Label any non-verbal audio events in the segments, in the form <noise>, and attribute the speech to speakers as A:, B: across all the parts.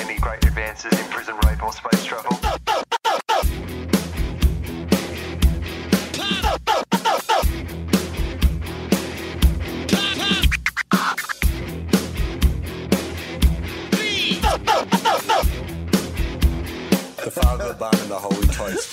A: any great advances in prison rape or space travel.
B: The Father, the Bun, and the Holy Toast.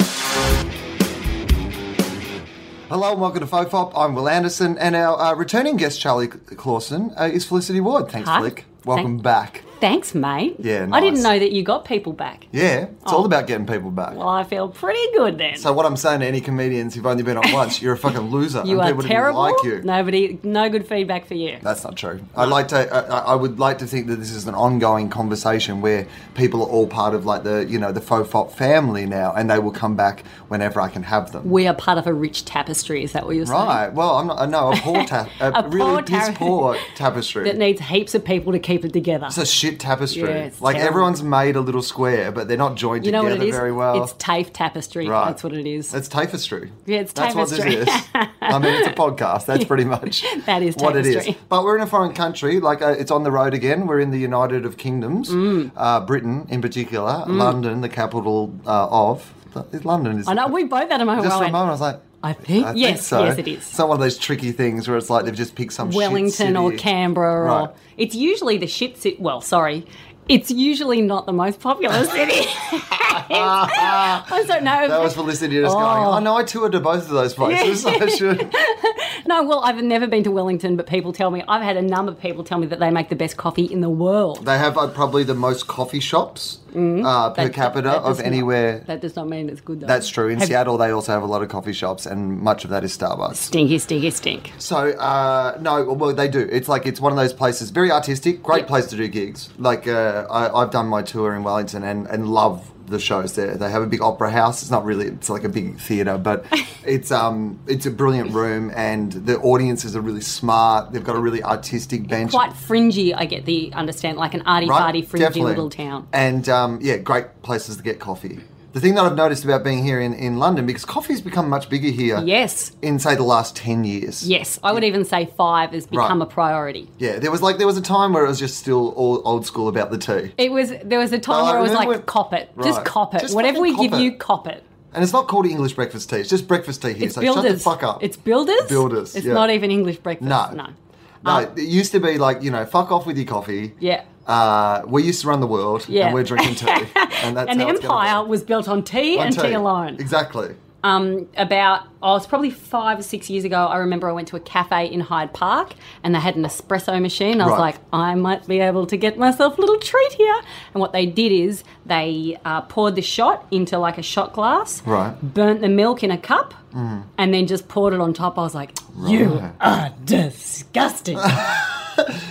C: Hello and welcome to FOFOP. I'm Will Anderson, and our uh, returning guest, Charlie Clausen, uh, is Felicity Ward. Thanks,
D: Hi.
C: Flick. Welcome
D: Thank-
C: back.
D: Thanks, mate.
C: Yeah,
D: I
C: nice.
D: didn't know that you got people back.
C: Yeah, it's all about getting people back.
D: Oh. Well, I feel pretty good then.
C: so what I'm saying to any comedians who've only been on once, you're a fucking
D: <laughs>
C: loser.
D: you
C: and
D: are
C: people didn't
D: terrible.
C: like you.
D: Nobody, no good feedback for you.
C: That's not true. I'd like to. I, I- I would like to think that this is an ongoing conversation where people are all part of like the you know the FOFOP family now, and they will come back whenever I can have them.
D: We are part of a rich tapestry. Is that what you're saying?
C: Right. Well, I'm not. No, a poor ta- a,
D: <laughs> A
C: really
D: poor
C: piss
D: tap-
C: poor
D: <laughs>
C: tapestry.
D: That needs heaps of people to keep it together.
C: It's a shit tapestry.
D: Yeah, it's
C: like
D: terrible.
C: everyone's made a little square, but they're not joined
D: you know what
C: together
D: it is?
C: very well.
D: It's TAFE tapestry. That's what it is.
C: It's tapestry.
D: Yeah, it's
C: That's
D: tapestry.
C: what
D: <laughs>
C: this is. I mean, it's a podcast. That's pretty much
D: That is
C: what it is.
D: tapestry.
C: But we're in a foreign country. Like uh, it's on the road again. We're in the United of Kingdoms,
D: Mm.
C: uh, Britain in particular, London, the capital uh, of it's London. Is
D: I know we both had a moment
C: Just
D: where
C: for
D: I
C: a
D: went,
C: moment, I was like.
D: I think-
C: I
D: yes,
C: so.
D: yes, it is.
C: It's not one of those tricky things where it's like they've just picked some shit
D: Wellington or
C: city.
D: Canberra
C: Right.
D: or it's usually the shit city. Well, sorry. It's usually not the most popular city. <laughs> I don't know.
C: That was for listening to us going, oh no, I toured to both of
D: <laughs>
C: those places. I should.
D: No, well, I've never been to Wellington, but people tell me, I've had a number of people tell me that they make the best coffee in the world.
C: They have uh, probably the most coffee shops uh, per
D: Mm. That-
C: capita
D: that
C: of
D: does not-
C: anywhere.
D: that does not mean it's good, though.
C: That's true. In
D: Have-
C: Seattle, they also have a lot of coffee shops, and much of that is Starbucks.
D: Stinky, stinky, stink.
C: So, uh, no, well, they do. It's like it's one of those places, very artistic, great
D: Yeah.
C: place to do gigs. Like, uh, I, I've done my tour in Wellington and, and love the shows there. They have a big opera house. It's not really, it's like a big theatre,
D: <laughs>
C: but it's um, it's a brilliant room, and the audiences are really smart. They've got a really artistic bench.
D: Quite fringy, I get the understand, like an arty
C: Right,
D: farty, fringy
C: definitely.
D: little town.
C: And um, yeah, great places to get coffee. The thing that I've noticed about being here in, in London, because coffee's become much bigger here.
D: Yes,
C: In say the last ten years.
D: yes. I would even say five has become
C: Right.
D: a priority.
C: Yeah. There was like there was a time where it was just still all old school about the tea,
D: It was there was a time
C: No, I
D: where I was like,
C: remember-
D: cop it, just
C: Right.
D: cop it.
C: Just
D: Whatever we
C: fucking
D: give
C: cop it.
D: you, cop it.
C: and it's not called English breakfast tea. It's just breakfast tea here.
D: It's
C: so
D: builders.
C: shut the fuck up.
D: It's builders.
C: Builders,
D: It's
C: yeah.
D: not even English breakfast.
C: No.
D: no.
C: no. it used to be like you know, fuck off with your coffee.
D: uh, Yeah.
C: Uh, we used to run the world,
D: Yeah.
C: and we're
D: <laughs>
C: drinking tea, and that's
D: An
C: how it's gonna
D: empire
C: be.
D: was built on tea
C: On
D: and tea, alone.
C: Exactly.
D: um, about oh, it's probably five or six years ago. I remember I went to a cafe in Hyde Park and they had an espresso machine. I was
C: Right.
D: like, I might be able to get myself a little treat here. And what they did is they uh, poured the shot into like a shot glass,
C: Right.
D: burnt the milk in a cup,
C: Mm.
D: and then just poured it on top. I was like, you are
C: <laughs>
D: disgusting.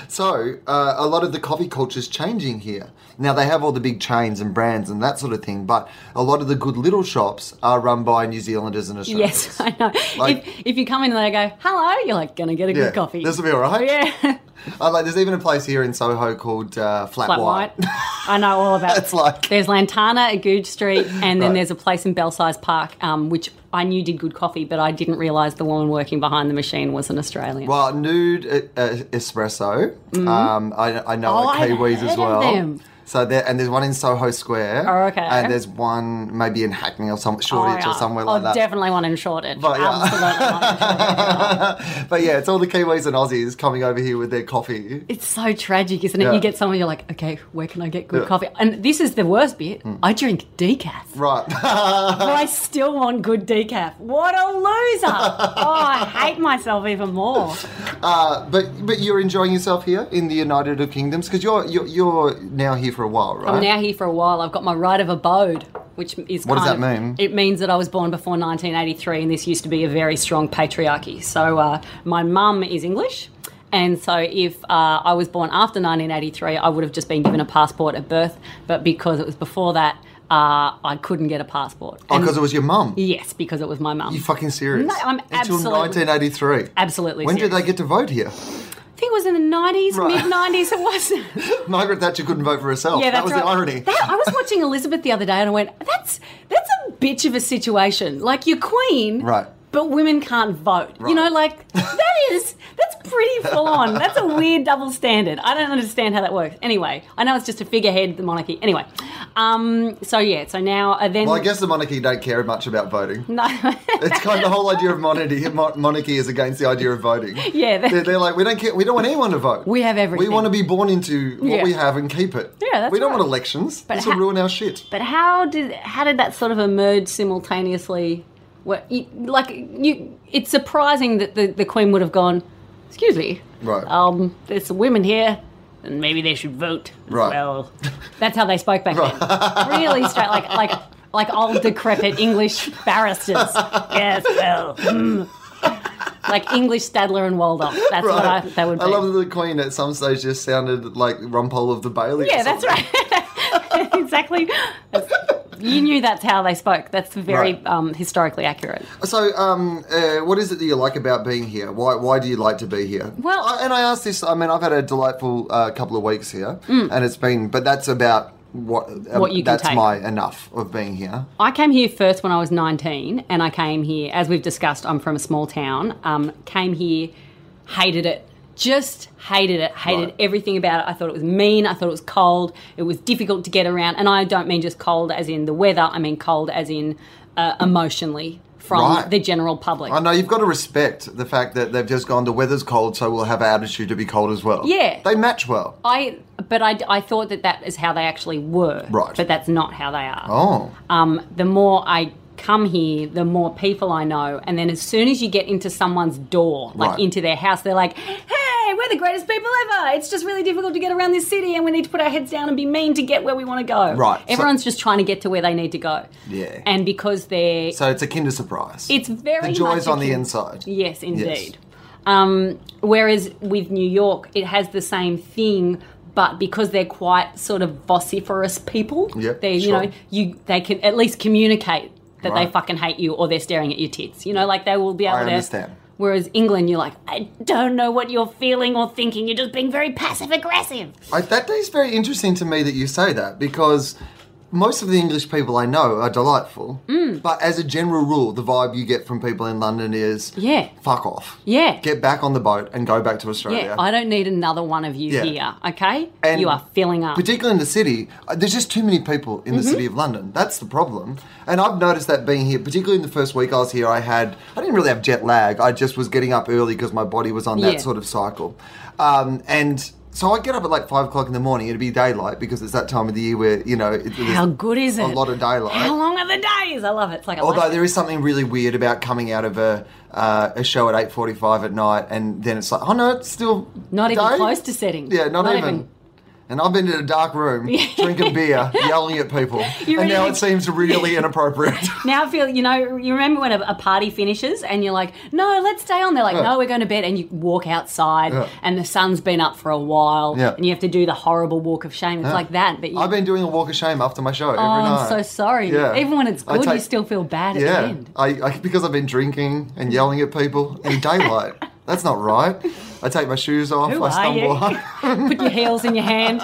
C: So, uh, a lot of the coffee culture's changing here. Now, they have all the big chains and brands and that sort of thing, but a lot of the good little shops are run by New Zealanders and Australians.
D: yes, <laughs> I know.
C: Like-
D: if, if you come in and they go, hello, you're like, gonna get a
C: Yeah,
D: good coffee.
C: This will be all right.
D: <laughs> yeah.
C: Uh, like, there's even a place here in Soho called uh, Flat,
D: flat
C: White.
D: white. I know all
C: <laughs>
D: about
C: That's like-
D: There's Lantana at Googe Street, and then
C: Right.
D: there's a place in Belsize Park, um, which I knew did good coffee, but I didn't realise the woman working behind the machine was an Australian.
C: Well, Nude uh, uh, Espresso. Um, I, I know
D: Mm-hmm. Oh,
C: are
D: I've
C: Kiwis
D: heard
C: as
D: of
C: well.
D: them.
C: So there, and there's one in Soho Square.
D: Oh, okay.
C: And there's one maybe in Hackney or some Shoreditch
D: yeah.
C: or somewhere
D: oh,
C: like that.
D: definitely one in Shoreditch.
C: But, yeah.
D: Absolutely one in
C: <laughs>
D: Shoreditch.
C: But yeah, it's all the Kiwis and Aussies coming over here with their coffee.
D: It's so tragic, isn't it?
C: Yeah.
D: You get someone, you're like, okay, where can I get good
C: Yeah. Hmm.
D: coffee? And this is the worst bit. I drink decaf.
C: Right. <laughs>
D: but I still want good decaf. What a
C: <laughs>
D: loser! oh, I hate myself even more.
C: Uh, but but you're enjoying yourself here in the United of Kingdoms because you're, you're you're now here for a while, right?
D: I'm now here for a while. I've got my right of abode, which is
C: What does
D: kind
C: that
D: of-
C: mean?
D: It means that I was born before 1983, and this used to be a very strong patriarchy. So uh, my mum is English. And so, if uh, I was born after 1983, I would have just been given a passport at birth. But because it was before that, uh, I couldn't get a passport.
C: Oh,
D: And-
C: because it was your mum.
D: yes, because it was my mum.
C: You fucking serious?
D: No, I'm
C: Until
D: absolutely-
C: 1983.
D: Absolutely
C: When did
D: serious.
C: they get to vote here? <laughs>
D: I think it was in the 90s,
C: Right.
D: mid 90s,
C: <laughs>
D: it was.
C: Margaret Thatcher couldn't vote for herself.
D: Yeah,
C: Oh, that
D: that's
C: was
D: right.
C: the irony.
D: That- I was watching Elizabeth the other day, and I went, "That's that's a bitch of a situation. Like you're queen,
C: Right.
D: But women can't vote. You know,
C: Right.
D: like that is that's pretty full on. That's a weird double standard. I don't understand how that works. Anyway, I know it's just a figurehead, the monarchy. Anyway, um, so yeah, so now uh, then.
C: well, I guess the monarchy don't care much about voting.
D: <laughs> no,
C: It's kind of the whole idea of monarchy. mo- Monarchy is against the idea of voting.
D: Yeah, they-
C: they're, they're like we don't care. We don't want anyone to vote.
D: We have
C: We
D: everything.
C: want to be born into what
D: Yeah.
C: we have and keep it.
D: Yeah, that's
C: we don't
D: right.
C: want elections.
D: But
C: this will
D: ha-
C: ruin our shit.
D: But how did how did that sort of emerge simultaneously? What you, like you? It's surprising that the, the Queen would have gone. Excuse me.
C: Right.
D: Um. There's some women here, and maybe they should vote. as
C: Right.
D: Well, that's how they spoke back then. really straight, like like like old decrepit English barristers. yes. Well. hmm. Like English Stadler and Waldorf. That's what I they would. Be.
C: I love that the Queen at some stage just sounded like Rumpole of the Bailey. or
D: Yeah, that's
C: something.
D: right. <laughs> exactly. You knew that's how they spoke. That's very
C: Right.
D: um, historically accurate.
C: So, um, uh, what is it that you like about being here? Why, why do you like to be here?
D: Well-
C: I, and I asked this. I mean, I've had a delightful uh, couple of weeks here, and it's been. But that's about what. um,
D: Mm. What you can
C: That's
D: take.
C: my enough of being here.
D: I came here first when I was 19, and I came here, as we've discussed, I'm from a small town. Um, came here, hated it. Just hated it, hated
C: Right.
D: everything about it. I thought it was mean, I thought it was cold, it was difficult to get around. And I don't mean just cold as in the weather, I mean cold as in uh, emotionally from
C: Right.
D: the general public.
C: I know you've got to respect the fact that they've just gone. The weather's cold, so we'll have our attitude to be cold as well.
D: Yeah.
C: they match well.
D: I, but I, I thought that that is how they actually were.
C: Right.
D: But that's not how they are.
C: Oh,
D: Um, the more I come here, the more people I know. And then as soon as you get into someone's door, like
C: Right.
D: into their house, they're like, hey, we're the greatest people ever. It's just really difficult to get around this city and we need to put our heads down and be mean to get where we want to go.
C: Right. So-
D: Everyone's just trying to get to where they need to go.
C: Yeah.
D: And because they're.
C: so it's a Kinder surprise.
D: it's very
C: the joy's
D: much a
C: on the
D: kin-
C: inside.
D: Yes, indeed. Um, whereas with New York, it has the same thing, but because they're quite sort of vociferous people,
C: Yep,
D: they you
C: sure.
D: know you they can at least communicate that they
C: Right.
D: fucking hate you or they're staring at your tits. You know, like they will be able
C: I
D: to
C: understand.
D: Whereas England, you're like, I don't know what you're feeling or thinking. You're just being very passive aggressive.
C: I, that is very interesting to me that you say that because most of the English people I know are delightful.
D: Mm.
C: But as a general rule, the vibe you get from people in London is
D: Yeah.
C: fuck off.
D: Yeah.
C: Get back on the boat and go back to Australia.
D: yeah, I don't need another one of you
C: Yeah.
D: here. Okay,
C: And
D: you are filling up.
C: Particularly in the city, uh, there's just too many people in the
D: Mm-hmm.
C: city of London. That's the problem. And I've noticed that being here, particularly in the first week I was here, I had, I didn't really have jet lag. I just was getting up early because my body was on that
D: Yeah.
C: sort of cycle. Um, and so I get up at like five o'clock in the morning. It'd be daylight because it's that time of the year where, you know, it,
D: How good is it?
C: a lot of daylight.
D: How long are the days? I love it. It's like I like
C: Although
D: it.
C: there is something really weird about coming out of a uh, a show at eight forty five at night, and then it's like, oh no, it's still
D: Not even
C: day.
D: close to setting.
C: Yeah, not,
D: Not
C: even.
D: even.
C: And I've been in a dark room drinking
D: <laughs>
C: beer, yelling at people, and
D: really
C: now
D: think-
C: it seems
D: <laughs>
C: really inappropriate. <laughs>
D: Now I feel you know you remember when a, a party finishes and you're like, no, let's stay on. They're like,
C: Yeah.
D: no, we're going to bed, and you walk outside
C: Yeah.
D: and the sun's been up for a while,
C: Yeah.
D: and you have to do the horrible walk of shame. It's like that, but you,
C: I've been doing a walk of shame after my show every
D: oh,
C: night.
D: I'm so sorry.
C: Yeah.
D: Even when it's
C: I
D: good, you
C: take-
D: still feel bad at the
C: Yeah,
D: end.
C: I, I, because I've been drinking and yelling at people in
D: <laughs>
C: daylight. That's not right. I take my shoes off.
D: Who
C: I
D: are
C: <laughs> stumble.
D: you? <laughs> Put your heels in your hand.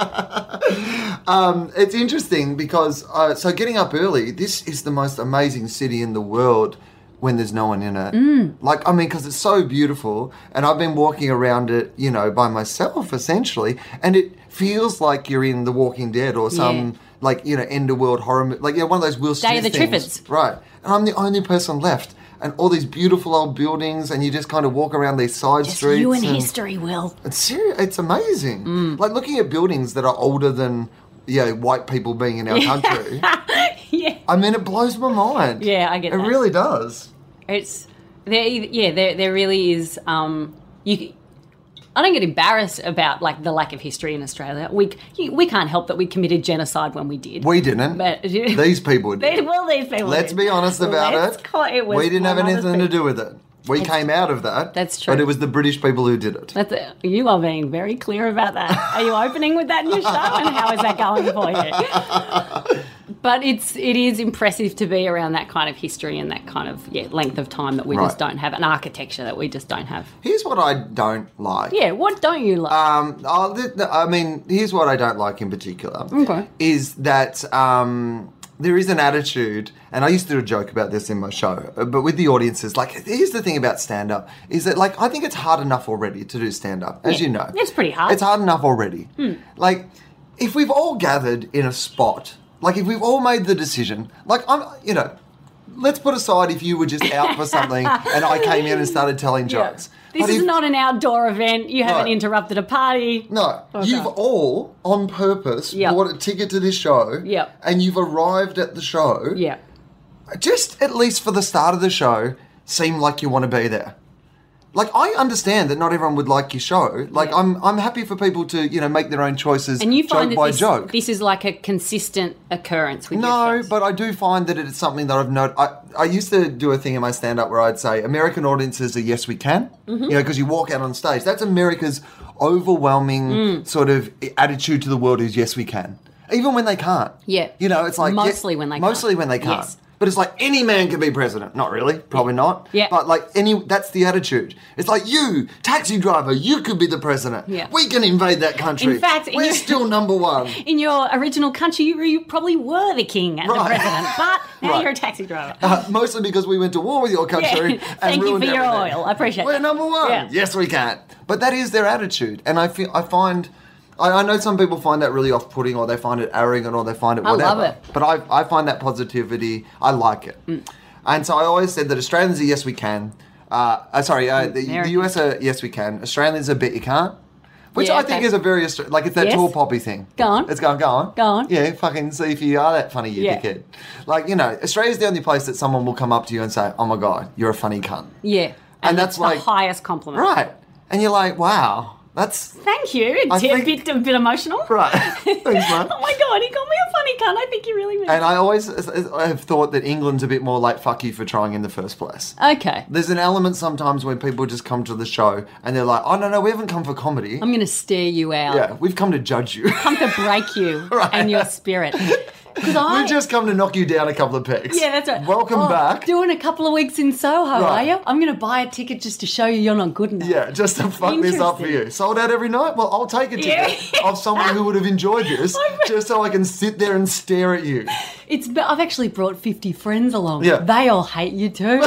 C: it's interesting because uh, so getting up early. This is the most amazing city in the world when there's no one in it.
D: Mm.
C: Like I mean, because it's so beautiful, and I've been walking around it, you know, by myself essentially, and it feels like you're in The Walking Dead or some.
D: Yeah.
C: Like you know, end of world horror, mo- like yeah, one of those Will Smith
D: Day of the
C: things.
D: Triffids.
C: right? And I'm the only person left, and all these beautiful old buildings, and you just kind of walk around these side <laughs>
D: Just
C: streets.
D: you and
C: and-
D: history, Will.
C: it's serious. It's amazing.
D: Mm.
C: Like looking at buildings that are older than yeah, white people being in our country.
D: <laughs> Yeah.
C: I mean, it blows my mind.
D: Yeah, I get
C: it
D: that.
C: really does.
D: It's there. e, Yeah, there there really is. Um, you, I don't get embarrassed about like the lack of history in Australia. We you, we can't help that we committed genocide when we did.
C: We didn't.
D: But- <laughs>
C: These people
D: They-
C: did.
D: well, these people.
C: Let's
D: did.
C: be honest about
D: Let's
C: it.
D: call- it was
C: we didn't have
D: one other
C: anything to
D: thing.
C: do with it. We came out of that.
D: That's true.
C: But it was the British people who did it.
D: That's it. You are being very
C: <laughs>
D: clear about that. Are you opening with that new show, and how is that going for you? but it's it is impressive to be around that kind of history and that kind of yeah, length of time that we just
C: Right.
D: don't have, an architecture that we just don't have.
C: Here's what I don't like.
D: Yeah, what don't you like?
C: Um, oh, th- th- I mean, here's what I don't like in particular.
D: Okay.
C: Is that um, there is an attitude, and I used to do a joke about this in my show, uh, but with the audiences, like, here's the thing about stand up is that, like, I think it's hard enough already to do stand up, as
D: Yeah.
C: you know.
D: It's pretty hard. Hmm.
C: It's hard enough already. Like, if we've all gathered in a spot, like, if we've all made the decision, like, I'm, you know, let's put aside if you were just out for
D: <laughs>
C: something and I came in and started telling jokes.
D: this
C: But
D: is
C: if-
D: not an outdoor event. You haven't
C: No.
D: interrupted a party.
C: no, you've all on purpose
D: Yep.
C: bought a ticket to this show,
D: Yep.
C: and you've arrived at the show.
D: Yeah.
C: Just at least for the start of the show, seem like you want to be there. Like I understand that not everyone would like your show. Like
D: Yeah.
C: I'm, I'm happy for people to you know make their own choices,
D: And you find
C: joke
D: that
C: by
D: this,
C: joke.
D: this is like a consistent occurrence with your
C: No,
D: shows.
C: but I do find that it's something that I've noticed. I, I used to do a thing in my stand up where I'd say American audiences are yes, we can.
D: Mm-hmm.
C: You know, because you walk out on stage. That's America's overwhelming
D: Mm.
C: sort of attitude to the world is yes, we can. Even when they can't.
D: Yeah.
C: You know, it's like. yeah-
D: Mostly when they can't.
C: Mostly when they can't.
D: Yes.
C: But it's like any man can be president. Not really. Probably not.
D: Yeah.
C: But like any, that's the attitude. It's like you, taxi driver, you could be the president.
D: Yeah.
C: We can invade that country.
D: fact, in
C: we're
D: your-
C: still number
D: <laughs>
C: one.
D: in your original country, you, you probably were the king and
C: Right.
D: the president,
C: <laughs>
D: but now
C: Right.
D: you're a taxi driver.
C: Uh, mostly because we went to war with your country. And
D: Yeah. <laughs> Thank you
C: ruined
D: for your
C: everything.
D: oil. I appreciate
C: We're
D: that.
C: number one.
D: Yeah.
C: Yes, we can. But that is their attitude, and I feel I find. I I know some people find that really off-putting, or they find it arrogant, or they find it
D: I love
C: whatever.
D: it. Mm.
C: But I, I find that positivity. I like it, and so I always said that Australians are yes we can. Uh, uh, sorry, uh, the, the
D: Americans.
C: US are yes we can. Australians are bet you can't, which
D: Yeah,
C: I think
D: okay.
C: is a very Austra- like it's that
D: Yes.
C: tall poppy thing.
D: Go on.
C: It's going. Go on.
D: Go on.
C: Yeah, fucking see if you are that funny, you
D: Yeah.
C: dickhead. Like, you know, Australia's the only place that someone will come up to you and say, oh my God, you're a funny cunt.
D: Yeah.
C: And that's
D: it's
C: like-
D: the highest compliment.
C: Right. And you're like, wow, that's
D: Thank you.
C: I
D: It's a
C: think-
D: bit, a bit emotional.
C: right.
D: <laughs>
C: Thanks, mate.
D: Oh my god, he called me a funny cunt. I think you really meant
C: And I always I have thought that England's a bit more like fuck you for trying in the first place.
D: it. Okay.
C: There's an element sometimes when people just come to the show and they're like, oh no, no, we haven't come for comedy.
D: I'm going to stare you out.
C: yeah, we've come to judge you.
D: I'm going to break you and your spirit. 'Cause
C: <laughs>
D: I-
C: we've just come to knock you down a couple of pegs.
D: Yeah, that's right.
C: Welcome
D: Oh,
C: back.
D: Doing a couple of weeks in Soho,
C: Right.
D: are you? I'm going to buy a ticket just to show you you're not good enough.
C: Yeah, just to fuck this up for
D: Interesting.
C: you. Sold out every night? Well, I'll take a ticket
D: Yeah.
C: of someone who would have enjoyed
D: <laughs>
C: this just so I can sit there and stare at you.
D: It's. be- I've actually brought 50 friends along.
C: Yeah.
D: They all hate
C: <laughs>
D: you too.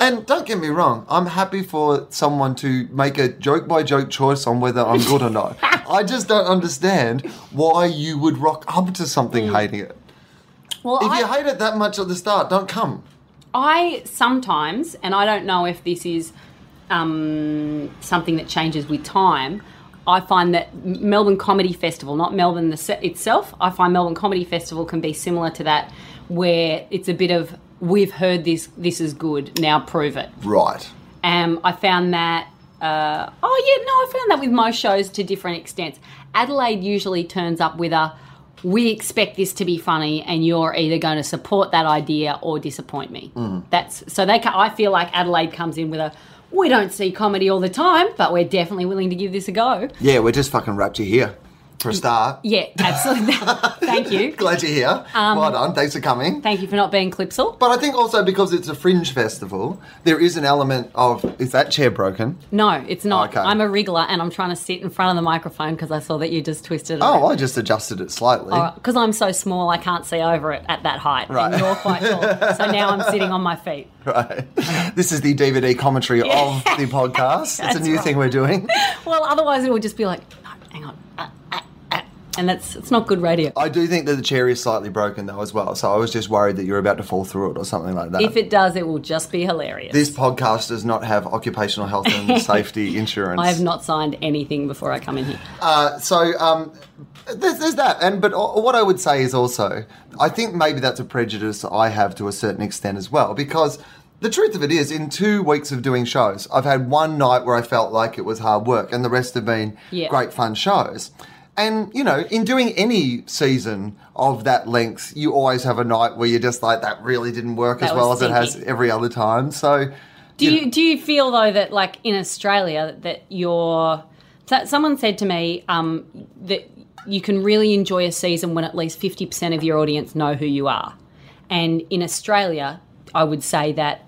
C: And don't get me wrong, I'm happy for someone to make a joke by joke choice on whether I'm good or
D: <laughs>
C: not. I just don't understand why you would rock up to something hating it.
D: well,
C: If
D: Hmm. I,
C: you hate it that much at the start, don't come.
D: I sometimes, and I don't know if this is um, something that changes with time. I find that M- Melbourne Comedy Festival, not Melbourne the se- itself, I find Melbourne Comedy Festival can be similar to that, where it's a bit of we've heard this, this is good, now prove it.
C: Right.
D: Um, I found that. Uh, oh yeah, no, I found that with most shows to different extents. Adelaide usually turns up with a, we expect this to be funny, and you're either going to support that idea or disappoint me.
C: Mm-hmm.
D: That's so they. ca- I feel like Adelaide comes in with a, we don't see comedy all the time, but we're definitely willing to give this a go.
C: Yeah, we're just fucking wrapped you here. For a start.
D: Yeah, absolutely. <laughs>
C: <laughs>
D: thank you,
C: Glad you're here.
D: Um,
C: well done. Thanks for coming.
D: thank you for not being Clipsal.
C: But I think also because it's a fringe festival, there is an element of is that chair broken?
D: No, it's not.
C: Okay.
D: I'm a wriggler, and I'm trying to sit in front of the microphone because I saw that you just twisted. it
C: Oh, I just adjusted it slightly.
D: because Oh, I'm so small, I can't see over it at that height.
C: Right.
D: And you're quite tall, so now I'm sitting on my feet.
C: <laughs> Right. This is the DVD
D: <laughs>
C: commentary of the podcast. It's a
D: That's
C: new
D: right.
C: thing we're doing.
D: Well, otherwise it would just be like, no, hang on, ah, ah, ah," and that's it's not good radio.
C: I do think that the chair is slightly broken though as well, so I was just worried that you were about to fall through it or something like that.
D: if it does, it will just be hilarious.
C: this podcast does not have occupational health
D: <laughs>
C: and safety insurance.
D: I have not signed anything before I come in here.
C: so um, there's, there's that. And but o- what I would say is also, I think maybe that's a prejudice I have to a certain extent as well, because the truth of it is, in two weeks of doing shows, I've had one night where I felt like it was hard work, and the rest have been
D: Yeah.
C: great fun shows. And you know, in doing any season of that length, you always have a night where you're just like, that really didn't work
D: That
C: as well as
D: was
C: it has
D: stinky.
C: every other time. So.
D: Do you do you feel though that like in Australia that you're that someone said to me um, that you can really enjoy a season when at least 50% of your audience know who you are. And in Australia, I would say that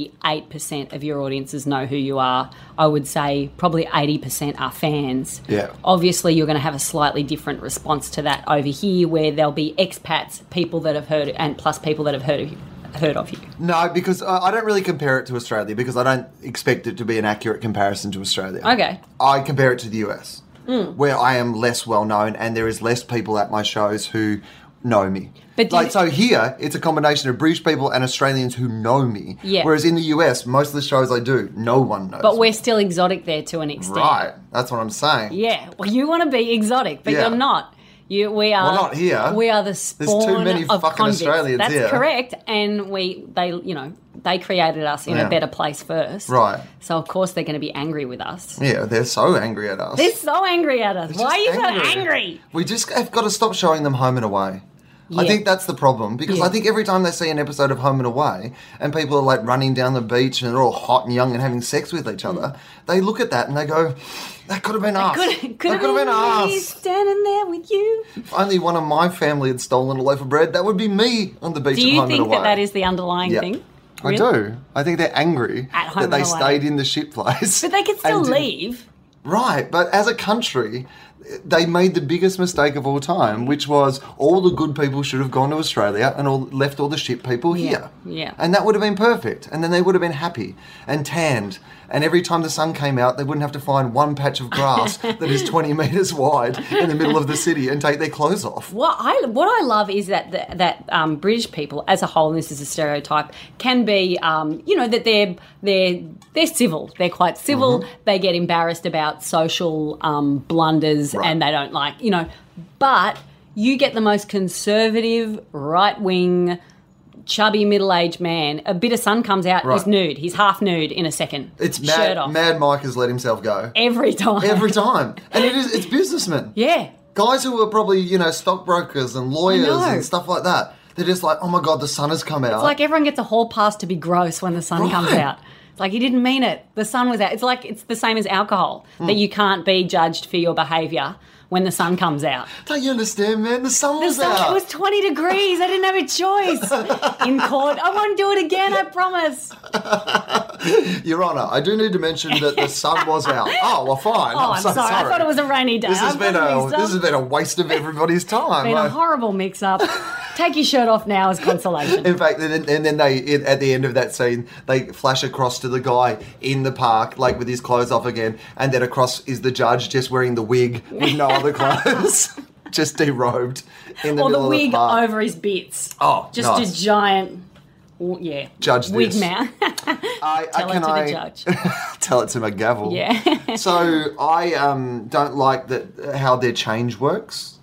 D: 98% of your audiences know who you are. I would say probably 80% are fans.
C: Yeah.
D: Obviously, you're going to have a slightly different response to that over here, where there'll be expats, people that have heard, and plus people that have heard of you. Heard of you.
C: No, because uh, I I don't really compare it to Australia because I don't expect it to be an accurate comparison to Australia.
D: Okay. Hmm.
C: I compare it to the US, where I am less well known and there is less people at my shows who know me.
D: But do
C: like
D: you-
C: so here, it's a combination of British people and Australians who know me.
D: Yeah.
C: Whereas in the US, most of the shows I do, no one knows.
D: But
C: me.
D: we're still exotic there to an extent.
C: right. That's what I'm saying.
D: Yeah. Well, you want to be exotic, but
C: Yeah.
D: you're not. You, we are
C: We're not here.
D: We are the spawn
C: many
D: of
C: fucking
D: convicts.
C: Australians
D: That's
C: here.
D: correct. And we, they, you know, they created us in
C: Yeah.
D: a better place first.
C: Right.
D: So of course they're going to be angry with us.
C: Yeah, they're so angry at us.
D: They're so angry at us. Why are you
C: just
D: so angry?
C: We just have got to stop showing them Home and Away. I
D: Yeah.
C: think that's the problem because
D: Yeah.
C: I think every time they see an episode of Home and Away and people are like running down the beach and they're all hot and young and having sex with each other,
D: Mm.
C: they look at that and they go, "That could have been us.
D: Could,
C: that
D: could
C: could have been us."
D: me standing there with you.
C: If only one of my family had stolen a loaf of bread, that would be me on the beach.
D: Do
C: at
D: you
C: Home
D: think
C: and Away.
D: that that is the underlying
C: Yeah.
D: thing?
C: I
D: Really?
C: do. I think they're angry
D: At Home
C: that they
D: and Away.
C: stayed in the shit place.
D: But they can
C: <laughs>
D: still
C: and didn't-
D: leave.
C: Right, but as a country, they made the biggest mistake of all time, which was all the good people should have gone to Australia and all left all the shit people here.
D: yeah.
C: And that would have been perfect. And then they would have been happy and tanned. And every time the sun came out, they wouldn't have to find one patch of
D: <laughs>
C: grass that is 20 metres wide in the middle of the city and take their clothes off.
D: What I what I love is that that, that um, British people as a whole, and this is a stereotype, can be um, you know that they're they're they're civil. They're quite civil.
C: Mm-hmm.
D: They get embarrassed about social um, blunders,
C: Right.
D: and they don't like you know. But you get the most conservative, right wing, chubby middle aged man. A bit of sun comes out.
C: Right.
D: He's nude. He's half nude in a second.
C: It's
D: shirt
C: mad,
D: off
C: mad Mike has let himself go.
D: every time.
C: Every time. And it is, it's businessmen.
D: yeah.
C: guys who were probably you know stockbrokers and lawyers
D: I know.
C: and stuff like that they're just like oh my god the sun has come out
D: It's like everyone gets a hall pass to be gross when the sun comes
C: Right.
D: out. It's like he didn't mean it. The sun was out. It's like it's the same as alcohol that you can't be judged for your behaviour when the sun comes out.
C: don't you understand man the sun
D: The
C: was
D: sun-
C: out
D: it was 20 degrees. I didn't have a choice in court. I won't do it again, I promise.
C: your honor i do need to mention that the sun was
D: <laughs>
C: out oh well fine
D: Oh,
C: i'm,
D: I'm
C: so
D: sorry.
C: sorry.
D: I thought it was a rainy day.
C: this has
D: I've
C: been
D: gotten
C: a
D: mixed
C: this
D: up.
C: has been a waste of
D: <laughs>
C: everybody's time
D: Been a
C: Like,
D: horrible
C: <laughs>
D: mix up. Take your shirt off now as consolation.
C: in fact, and, then- and then they in- at the end of that scene, they flash across to the guy in the park, like with his clothes off again, and then across is the judge just wearing the wig with no
D: <laughs>
C: other clothes, <laughs> just derobed in the
D: or
C: middle
D: the
C: of the
D: wig
C: park.
D: over his bits.
C: Oh,
D: just
C: nice.
D: a giant, w- yeah,
C: Judge
D: wig
C: this.
D: man. <laughs>
C: I, I,
D: Tell it
C: can
D: to
C: I
D: the judge.
C: tell it to my gavel?
D: Yeah.
C: so I um, don't like that uh, how their change works.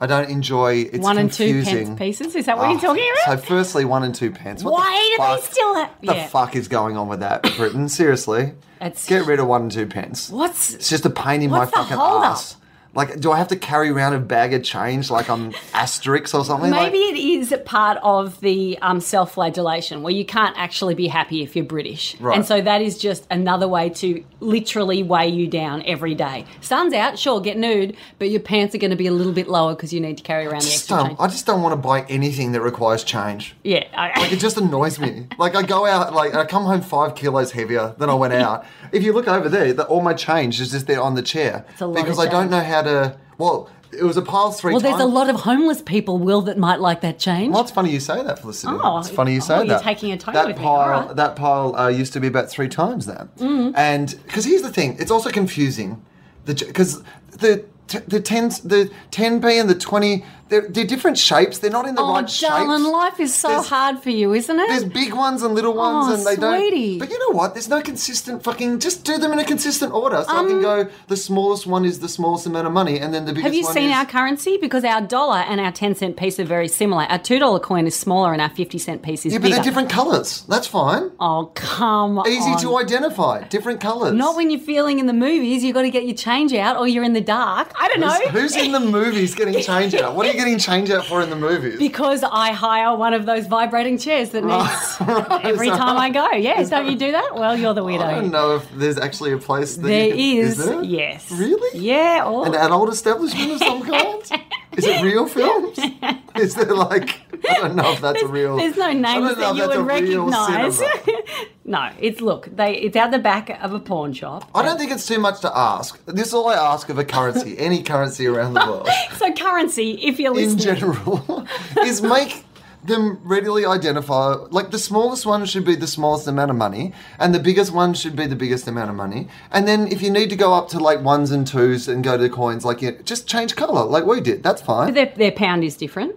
C: I don't enjoy it's
D: One and two
C: confusing.
D: pence pieces. Is that what
C: Oh,
D: you're talking
C: So
D: about?
C: firstly, one and two pence. What
D: Why
C: the
D: do they
C: fuck-
D: still have?
C: The fuck is going on with that, <coughs> Britain? Seriously,
D: It's-
C: get rid of one and two pence. It's
D: What's
C: just a pain in
D: What's
C: my
D: the
C: fucking
D: hold up?
C: ass. Like, do I have to carry around a bag of change like I'm <laughs> Asterix or something? Like-
D: maybe it is part of the um, self-flagellation where you can't actually be happy if you're British,
C: Right.
D: and so that is just another way to literally weigh you down every day. Sun's out, sure, get nude, but your pants are going to be a little bit lower because you need to carry around the
C: just
D: extra
C: don't-
D: change.
C: I just don't want to buy anything that requires change.
D: yeah, I,
C: Like it just annoys me. Like I go out, like I come home five kilos heavier than I went out. If you look over there, the, all my change is just there on the chair
D: a lot
C: because
D: of
C: I don't
D: change.
C: know how to. Well, it was a pile three.
D: well, there's a
C: times.
D: lot of homeless people, Will, that might like that change.
C: Well, it's funny you say that, Felicity.
D: Oh,
C: it's funny you say
D: oh, you're
C: that.
D: taking a tone
C: that
D: with me. All
C: pile,
D: right. Mm-hmm.
C: that pile uh, used to be about three times that. And because here's the thing, it's also confusing. Because the t- the tens, the ten p and the twenty, they're, they're different shapes. They're not in the
D: Oh,
C: right
D: darling,
C: shapes.
D: life is so
C: There's-
D: hard for you, isn't it? <laughs>
C: There's big ones and little ones,
D: Oh,
C: and they don't.
D: sweetie.
C: But you know what? There's no consistent fucking. Just do them in a consistent order, so I can
D: Um,
C: go. The smallest one is the smallest amount of money, and then the biggest.
D: Have you
C: one
D: seen
C: is,
D: our currency? Because our dollar and our 10 cent piece are very similar. Our $2 coin is smaller and our 50 cent piece is
C: Yeah, but
D: bigger.
C: they're different colours. That's fine.
D: Oh, come
C: Easy
D: on.
C: to identify. Different colours.
D: Not when you're feeling in the movies, you've got to get your change out or you're in the dark. I don't
C: Who's,
D: know. <laughs>
C: who's in the movies getting change out? What are you getting change out for in the movies?
D: Because I hire one of those vibrating chairs
C: Oh,
D: that
C: <laughs>
D: needs every time I go. Yes, don't you do that? Well, you're the weirdo.
C: I don't know if there's actually a place that
D: There
C: you can-
D: is,
C: there?
D: yes.
C: Really? uh,
D: Yeah. All,
C: An adult establishment of some kind? Is it real
D: <laughs>
C: films? Is there like I don't know if that's a real.
D: There's no
C: I
D: names
C: don't know
D: that
C: if
D: you
C: that's
D: would
C: a real
D: recognise.
C: cinema.
D: no, it's look, they it's out the back of a pawn shop.
C: I don't think it's too much to ask. This is all I ask of a currency, any currency around
D: Oh,
C: the
D: <laughs>
C: world,
D: So currency, if you're
C: in
D: listening,
C: general, <laughs> is make them readily identify. Like the smallest one should be the smallest amount of money, and the biggest one should be the biggest amount of money. And then if you need to go up to like ones and twos and go to the coins, like you just change color, like we did. That's fine.
D: their, their pound is different,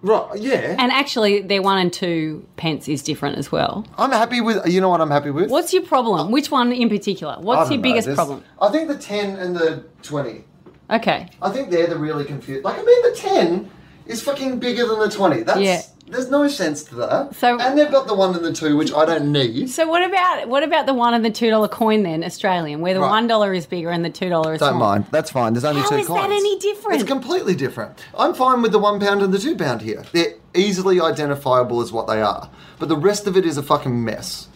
C: Right? Yeah.
D: and actually their one and two pence is different as well.
C: I'm happy with. You know what I'm happy with?
D: What's your problem? Which one in particular?
C: I
D: What's
C: don't
D: your
C: know,
D: biggest
C: just-
D: problem?
C: I think the 10 and the 20.
D: Okay,
C: I think they're the really confused. Like, I mean, the 10 is fucking bigger than the 20. That's.
D: Yeah.
C: There's no sense to that.
D: So-
C: and they've got the 1 and the 2, which I don't need.
D: so what about what about the one and the two dollar coin then, Australian, where the
C: Right.
D: one dollar is bigger and the two dollar is
C: Don't
D: smaller?
C: mind. That's fine. There's only
D: How
C: two
D: is that
C: coins.
D: any different?
C: It's completely different. I'm fine with the one pound and the two pound here. They're easily identifiable as what they are. But the rest of it is a fucking mess.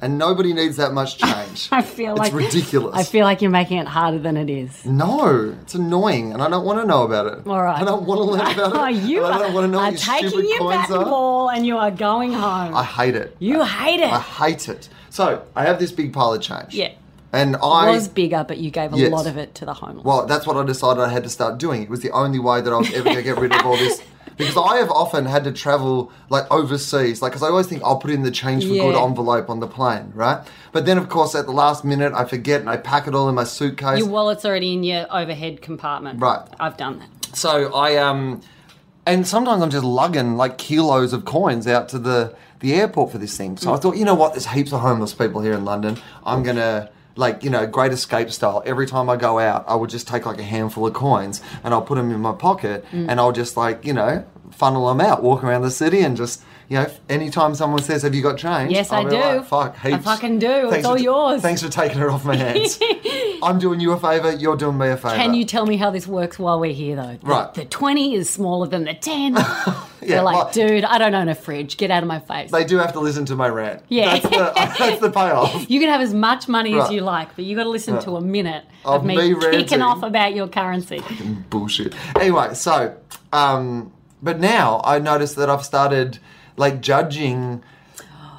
C: And nobody needs that
D: <laughs>
C: much change.
D: <laughs> I feel
C: it's
D: like
C: ridiculous.
D: I feel like you're making it harder than it is.
C: No, it's annoying, and I don't want to know about it.
D: All right.
C: I don't want to
D: <laughs>
C: learn about it.
D: Oh, you
C: and I don't
D: are,
C: want to know
D: are
C: what your
D: taking
C: stupid
D: your bat
C: coins are.
D: and ball and you are going home.
C: I hate it.
D: you hate it.
C: I hate it. So I have this big pile of change.
D: Yeah.
C: And I
D: it was bigger, but you gave a
C: Yes.
D: lot of it to the homeless.
C: Well, that's what I decided I had to start doing. It was the only way that I was ever going to get rid of all
D: <laughs>
C: this. Because I have often had to travel like overseas, like because I always think I'll put in the change for good
D: Yeah.
C: envelope on the plane, right? But then, of course, at the last minute, I forget and I pack it all in my suitcase.
D: your wallet's already in your overhead compartment.
C: Right.
D: I've done that.
C: So I um, and sometimes I'm just lugging like kilos of coins out to the the airport for this thing. So I
D: Mm.
C: thought, you know what? There's heaps of homeless people here in London. I'm gonna like you know Great Escape style. Every time I go out, I will just take like a handful of coins and I'll put them in my pocket
D: Mm.
C: and I'll just like you know funnel them out, walk around the city and just. You know, if- anytime someone says, "Have you got change?"
D: Yes,
C: I'll
D: I
C: be
D: do.
C: like, Fuck,
D: I
C: heaps.
D: fucking do. It's all
C: for-
D: yours."
C: Thanks for taking it off my
D: <laughs>
C: hands. I'm doing you a favor. You're doing me a favor.
D: Can you tell me how this works while we're here, though? The-
C: Right.
D: The, 20 is smaller than
C: <laughs>
D: the 10.
C: Yeah,
D: They're like,
C: like-
D: dude, I don't own a fridge. Get out of my face.
C: They do have to listen to my rant.
D: Yeah.
C: That's the, that's <laughs> the payoff.
D: <laughs> you can have as much money as
C: Right.
D: you like, but you got to listen to a minute
C: Of
D: of, me,
C: me ranting.
D: kicking off about your currency.
C: Bullshit. Anyway, so, um, but now I notice that I've started like judging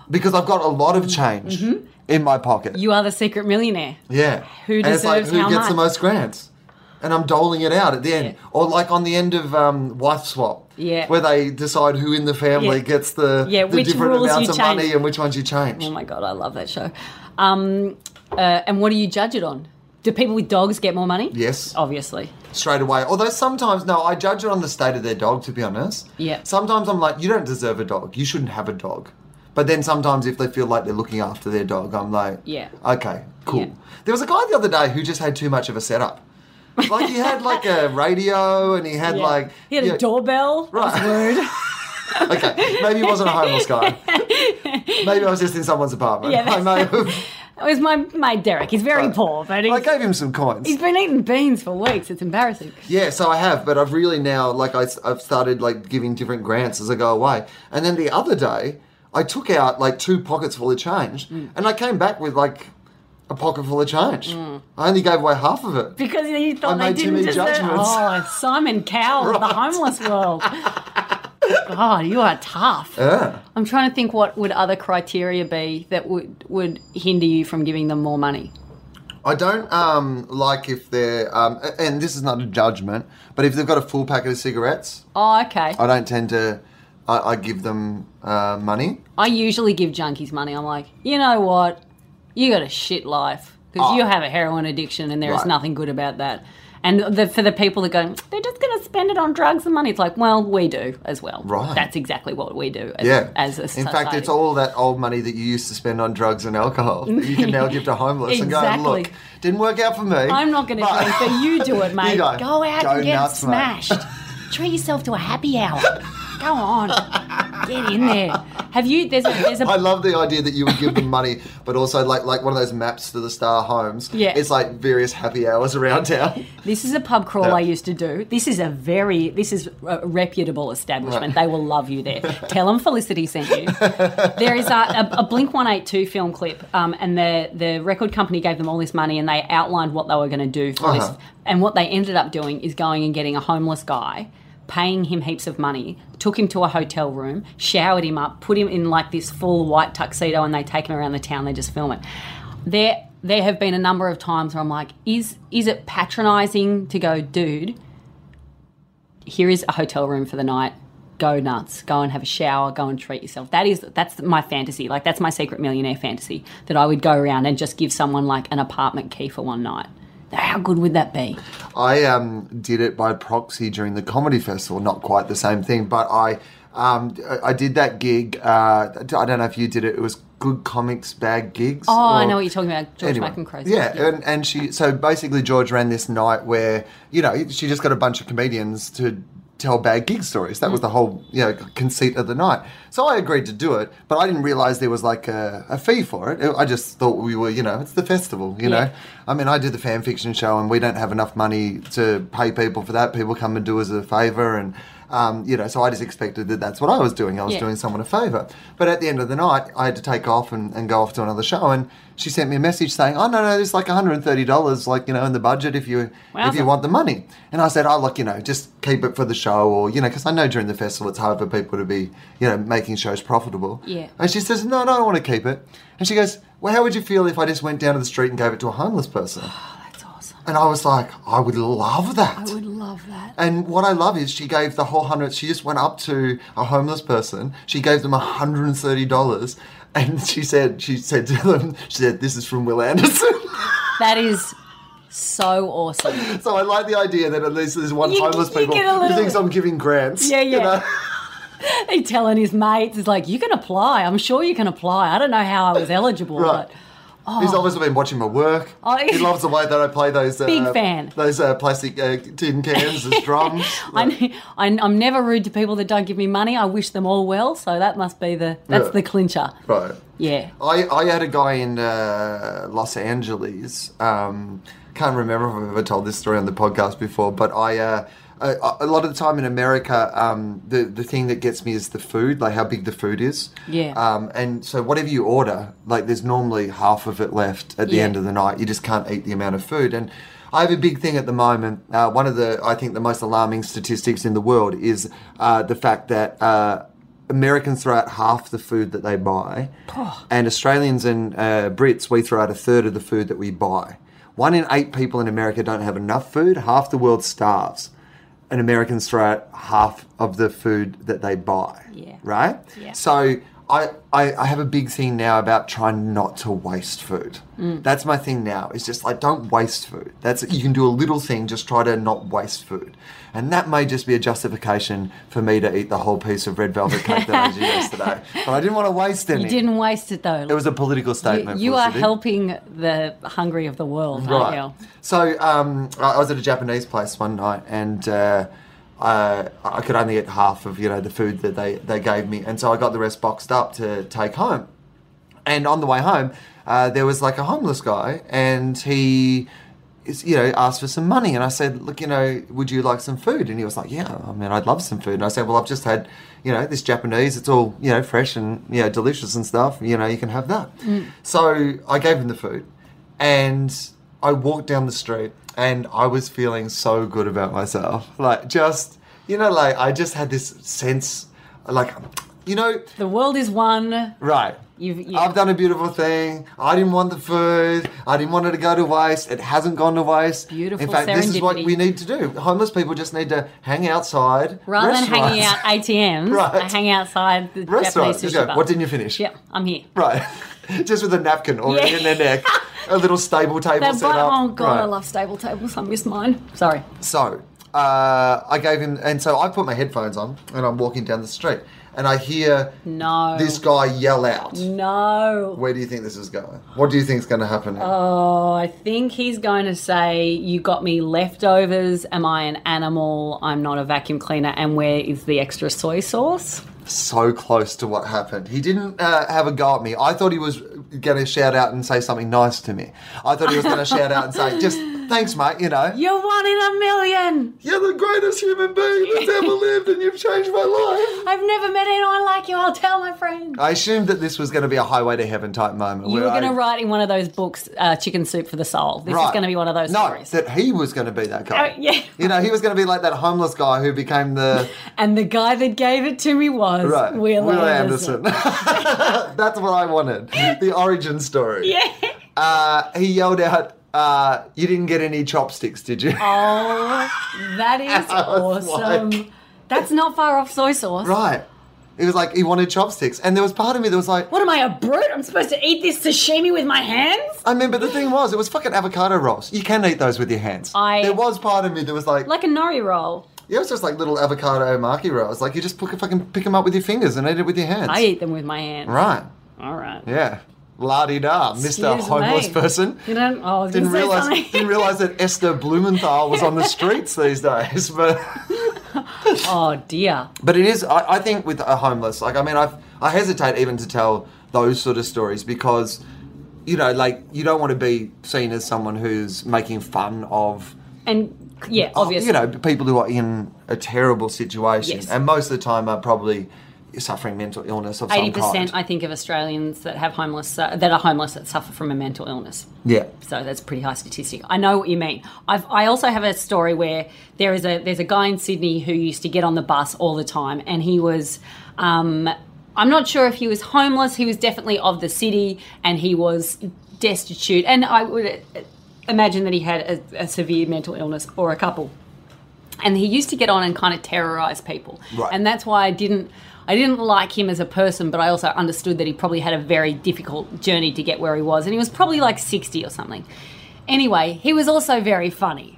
C: because I've got a lot of change in my pocket.
D: Mm-hmm. You are the secret millionaire.
C: yeah.
D: Who
C: and it's like
D: deserves
C: who
D: how
C: gets the
D: much?
C: most grants. And I'm doling it out at the end,
D: Yeah.
C: or like on the end of um, wife swap,
D: Yeah.
C: where they decide who in the family
D: Yeah.
C: gets the,
D: Yeah,
C: the
D: which
C: different
D: rules you
C: amounts of money
D: change.
C: and which ones you change.
D: Oh my god, I love that show. Um, uh, and what do you judge it on? Do people with dogs get more money?
C: Yes.
D: obviously.
C: straight away. Although sometimes, no, I judge it on the state of their dog, to be honest.
D: Yeah.
C: Sometimes I'm like, you don't deserve a dog. You shouldn't have a dog. But then sometimes if they feel like they're looking after their dog, I'm like,
D: Yeah.
C: Okay, cool.
D: Yeah.
C: There was a guy the other day who just had too much of a setup. Like he had like
D: <laughs>
C: a radio and he had
D: Yeah.
C: like
D: he had
C: yeah,
D: a doorbell.
C: <laughs> Right. okay. Maybe he wasn't a homeless
D: <laughs>
C: guy. Maybe I was just in someone's apartment.
D: Yeah,
C: I may have,
D: It was my mate Derek. He's very
C: Right.
D: poor, but
C: I
D: he's,
C: gave him some coins.
D: he's been eating beans for weeks. It's embarrassing.
C: Yeah, so I have, but I've really now like I, have started like giving different grants as I go away. And then the other day, I took out like two pockets full of change, and I came back with like a pocket full of change. I only gave away half of it.
D: Because you
C: I
D: thought they
C: made too
D: didn't
C: many
D: deserve.
C: judgments.
D: Oh, it's Simon Cowell, of the homeless world. God, you are tough. I'm trying to think what would other criteria be that would would hinder you from giving them more money.
C: I don't um, like if they're, um, a- and this is not a judgment, but if they've got a full packet of cigarettes,
D: Oh, okay.
C: I don't tend to. I, I give them uh, money.
D: I usually give junkies money. I'm like, you know what? You got a shit life because
C: Oh.
D: you have a heroin addiction, and there is
C: Right.
D: nothing good about that. And the, for the people that go, they're just going to spend it on drugs and money. It's like, well, we do as well.
C: Right.
D: That's exactly what we do. As,
C: Yeah.
D: As a
C: in fact, it's
D: society.
C: all that old money that you used to spend on drugs and alcohol that you
D: <laughs>
C: can now give to homeless and go,
D: Exactly.
C: look, didn't work out for me.
D: <laughs> I'm not going to
C: but-
D: drink,
C: <laughs>
D: but you do it, mate.
C: go.
D: out
C: Go
D: and get
C: nuts, mate. <laughs>
D: smashed. Treat yourself to a happy hour. Go on, get in there. Have you? There's a there's a
C: I love the idea that you would give them money, but also like like one of those maps to the star homes.
D: Yeah.
C: It's like various happy hours around town.
D: This is a pub crawl I used to do. This is a very this is a reputable establishment. They will love you
C: <laughs>
D: there. Tell them Felicity sent you. there is a, a, a Blink One Eight Two film clip, um, and the the record company gave them all this money, and they outlined what they were going to do for
C: Uh-huh.
D: this. And what they ended up doing is going and getting a homeless guy. Paying him heaps of money, took him to a hotel room, showered him up, put him in like this full white tuxedo, and they take him around the town. They just film it there there have been a number of times where I'm like, is is it patronizing to go, dude, here is a hotel room for the night. Go nuts. Go and have a shower. Go and treat yourself. That is that's my fantasy. Like that's my secret millionaire fantasy that I would go around and just give someone like an apartment key for one night. How good would that be?
C: I um, did it by proxy during the comedy festival. Not quite the same thing, but I um, I- I did that gig. Uh, I don't know if you did it. It was Good Comics Bad Gigs.
D: Oh, I
C: or-
D: know what you're talking about. George
C: Anyway,
D: anyway, Crazy.
C: Yeah, uh, And, and she so basically George ran this night where you know she just got a bunch of comedians to tell bad gig stories.
D: Mm.
C: That was the whole you know conceit of the night. So I agreed to do it, but I didn't realize there was like a, a fee for it. I just thought we were you know it's the festival. You
D: Yeah.
C: know, I mean I do the fan fiction show and we don't have enough money to pay people for that. People come and do us a favor and. Um, you know, so I just expected that that's what I was doing. I was
D: Yeah.
C: doing someone a favour. But at the end of the night, I had to take off and, and go off to another show. And she sent me a message saying, "Oh no, no, there's like $130, like you know, in the budget if you if you
D: Wowza.
C: want the money." And I said, "Oh, look, you know, just keep it for the show, or you know, because I know during the festival it's hard for people to be, you know, making shows profitable."
D: Yeah.
C: And she says, "No, no, I don't want to keep it." And she goes, "Well, how would you feel if I just went down to the street and gave it to a homeless person?"
D: That's awesome.
C: And I was like, "I would love that."
D: I would love that.
C: And what I love is she gave the whole hundred. She just went up to a homeless person. She gave them hundred and thirty dollars, and <laughs> she said, she said to them, she said, "This is from Will Anderson." <laughs>
D: That is so awesome.
C: so I like the idea that at least there's one
D: You-
C: homeless
D: you
C: people
D: get a
C: who
D: little-
C: thinks I'm giving grants.
D: Yeah,
C: you
D: yeah. <laughs>
C: know?
D: He telling his mates, he's like, you can apply. I'm sure you can apply. I don't know how I was eligible,
C: Right.
D: but
C: He's obviously been watching my work.
D: Oh,
C: he loves the way that I play those uh,
D: <laughs> Big fan.
C: Those uh, plastic uh, tin cans
D: <laughs>
C: as drums.
D: I, I, I'm never rude to people that don't give me money. I wish them all well. So that must be the that's
C: Yeah.
D: the clincher.
C: right.
D: Yeah.
C: I, I had a guy in uh, Los Angeles. Um, can't remember if I've ever told this story on the podcast before, but I. Uh, a, a lot of the time in America, um, the the thing that gets me is the food, like how big the food is.
D: Yeah.
C: Um, and so whatever you order, like there's normally half of it left at the
D: Yeah.
C: end of the night. You just can't eat the amount of food. And I have a big thing at the moment. Uh, one of the I think the most alarming statistics in the world is uh, the fact that. Uh, Americans throw out half the food that they buy, and Australians and uh, Brits we throw out a third of the food that we buy. One in eight people in America don't have enough food. Half the world starves, and Americans throw out half of the food that they buy.
D: Yeah.
C: Right.
D: Yeah.
C: So I, I I have a big thing now about trying not to waste food.
D: Mm.
C: That's my thing now. It's just like don't waste food. That's you can do a little thing. Just try to not waste food, and that may just be a justification for me to eat the whole piece of red velvet cake that I
D: <laughs>
C: did yesterday. But I didn't want to waste any.
D: You didn't waste it though.
C: It was a political
D: you,
C: statement.
D: you are
C: Felicity.
D: helping the hungry of the world, aren't you?
C: So um, I I was at a Japanese place one night, and uh, I, I could only eat half of you know the food that they, they gave me, and so I got the rest boxed up to take home. And on the way home, uh, there was like a homeless guy, and he. is- You know, asked for some money, and I said, "Look, you know, would you like some food?" And he was like, "Yeah, I mean, I'd love some food." And I said, "Well, I've just had, you know, this Japanese. It's all you know, fresh and you know, delicious and stuff. You know, you can have that." So I gave him the food, and I walked down the street and I was feeling so good about myself. Like just you know, like I just had this sense like you know
D: The world is one.
C: right.
D: You've- you-
C: I've done a beautiful thing. I didn't want the food. I didn't want it to go to waste. It hasn't gone to waste.
D: Beautiful
C: In fact, this is what
D: serendipity.
C: we need to do. Homeless people just need to hang outside.
D: Rather than hanging out
C: <laughs> restaurants.
D: ATMs,
C: Right.
D: I hang outside the
C: restaurants.
D: Japanese
C: Just
D: sushi
C: go,
D: bar.
C: what didn't you finish?
D: Yep, I'm here.
C: Right. <laughs> just with a napkin already
D: Yeah.
C: in their
D: <laughs>
C: neck. A little stable table
D: That
C: set
D: bottom,
C: up.
D: oh god,
C: Right.
D: I love stable tables. I miss mine. Sorry.
C: So uh, I gave him, and so I put my headphones on and I'm walking down the street and I hear
D: No.
C: this guy yell out,
D: No.
C: Where do you think this is going? What do you think is going to happen? now?"
D: Oh, I think he's going to say, You got me leftovers. Am I an animal? I'm not a vacuum cleaner. And where is the extra soy sauce?
C: so close to what happened. He didn't uh, have a go at me. I thought he was going to shout out and say something nice to me. I thought he was going to shout out and say, just thanks, mate, you know.
D: You're one in a million.
C: You're the greatest human being that's ever lived and you've changed my life.
D: I've never met anyone like you. I'll tell my friends.
C: I assumed that this was going to be a highway to heaven type moment.
D: You were
C: where Uh, I-
D: going to write in one of those books, uh, Chicken Soup for the Soul. This is
C: Right.
D: going to be one of those
C: no,
D: stories.
C: that he was going to be that guy.
D: Oh, yeah.
C: You know, he was going to be like that homeless guy who became
D: <laughs>
C: the
D: and the guy that gave it to me was
C: right
D: Will,
C: <laughs>
D: Anderson.
C: That's what I wanted. The origin story.
D: <laughs> Yeah.
C: Uh, he yelled out, uh, "You didn't get any chopsticks, did you?"
D: Oh,
C: <laughs>
D: that is
C: was
D: awesome.
C: like-
D: That's not far off soy
C: <laughs>
D: sauce.
C: Right. He was like, he wanted chopsticks, and there was part of me that was like,
D: What am I, a brute? I'm supposed to eat this sashimi with my hands?
C: I mean, but the thing was, it was fucking avocado rolls. You can eat those with your hands.
D: I-
C: There was part of me that was like,
D: Like a nori roll.
C: yeah, it was just like little avocado maki rolls. Like you just pick, fucking pick them up with your fingers and eat it with your hands.
D: I eat them with my hands.
C: Right.
D: All right.
C: Yeah. La di da, Mister
D: Excuse
C: Homeless
D: me.
C: Person.
D: You know, oh, I was
C: Didn't
D: gonna say
C: realize
D: something.
C: didn't realize that Esther Blumenthal was on the streets these days, but
D: <laughs> oh dear.
C: But it is. I, I think with a homeless, like I mean, I I hesitate even to tell those sort of stories because, you know, like you don't want to be seen as someone who's making fun of,
D: And yeah, obviously.
C: Oh, you know, people who are in a terrible situation,
D: Yes.
C: and most of the time are probably suffering mental illness of
D: Eighty
C: some
D: percent,
C: kind.
D: I think, of Australians that have homeless uh, that are homeless that suffer from a mental illness.
C: yeah.
D: So that's a pretty high statistic. I know what you mean. I've, I also have a story where there is a there's a guy in Sydney who used to get on the bus all the time, and he was. Um, I'm not sure if he was homeless. He was definitely of the city, and he was destitute. And I would uh, imagine that he had a, a severe mental illness or a couple and he used to get on and kind of terrorize people
C: Right.
D: and that's why i didn't i didn't like him as a person but i also understood that he probably had a very difficult journey to get where he was and he was probably like 60 or something anyway he was also very funny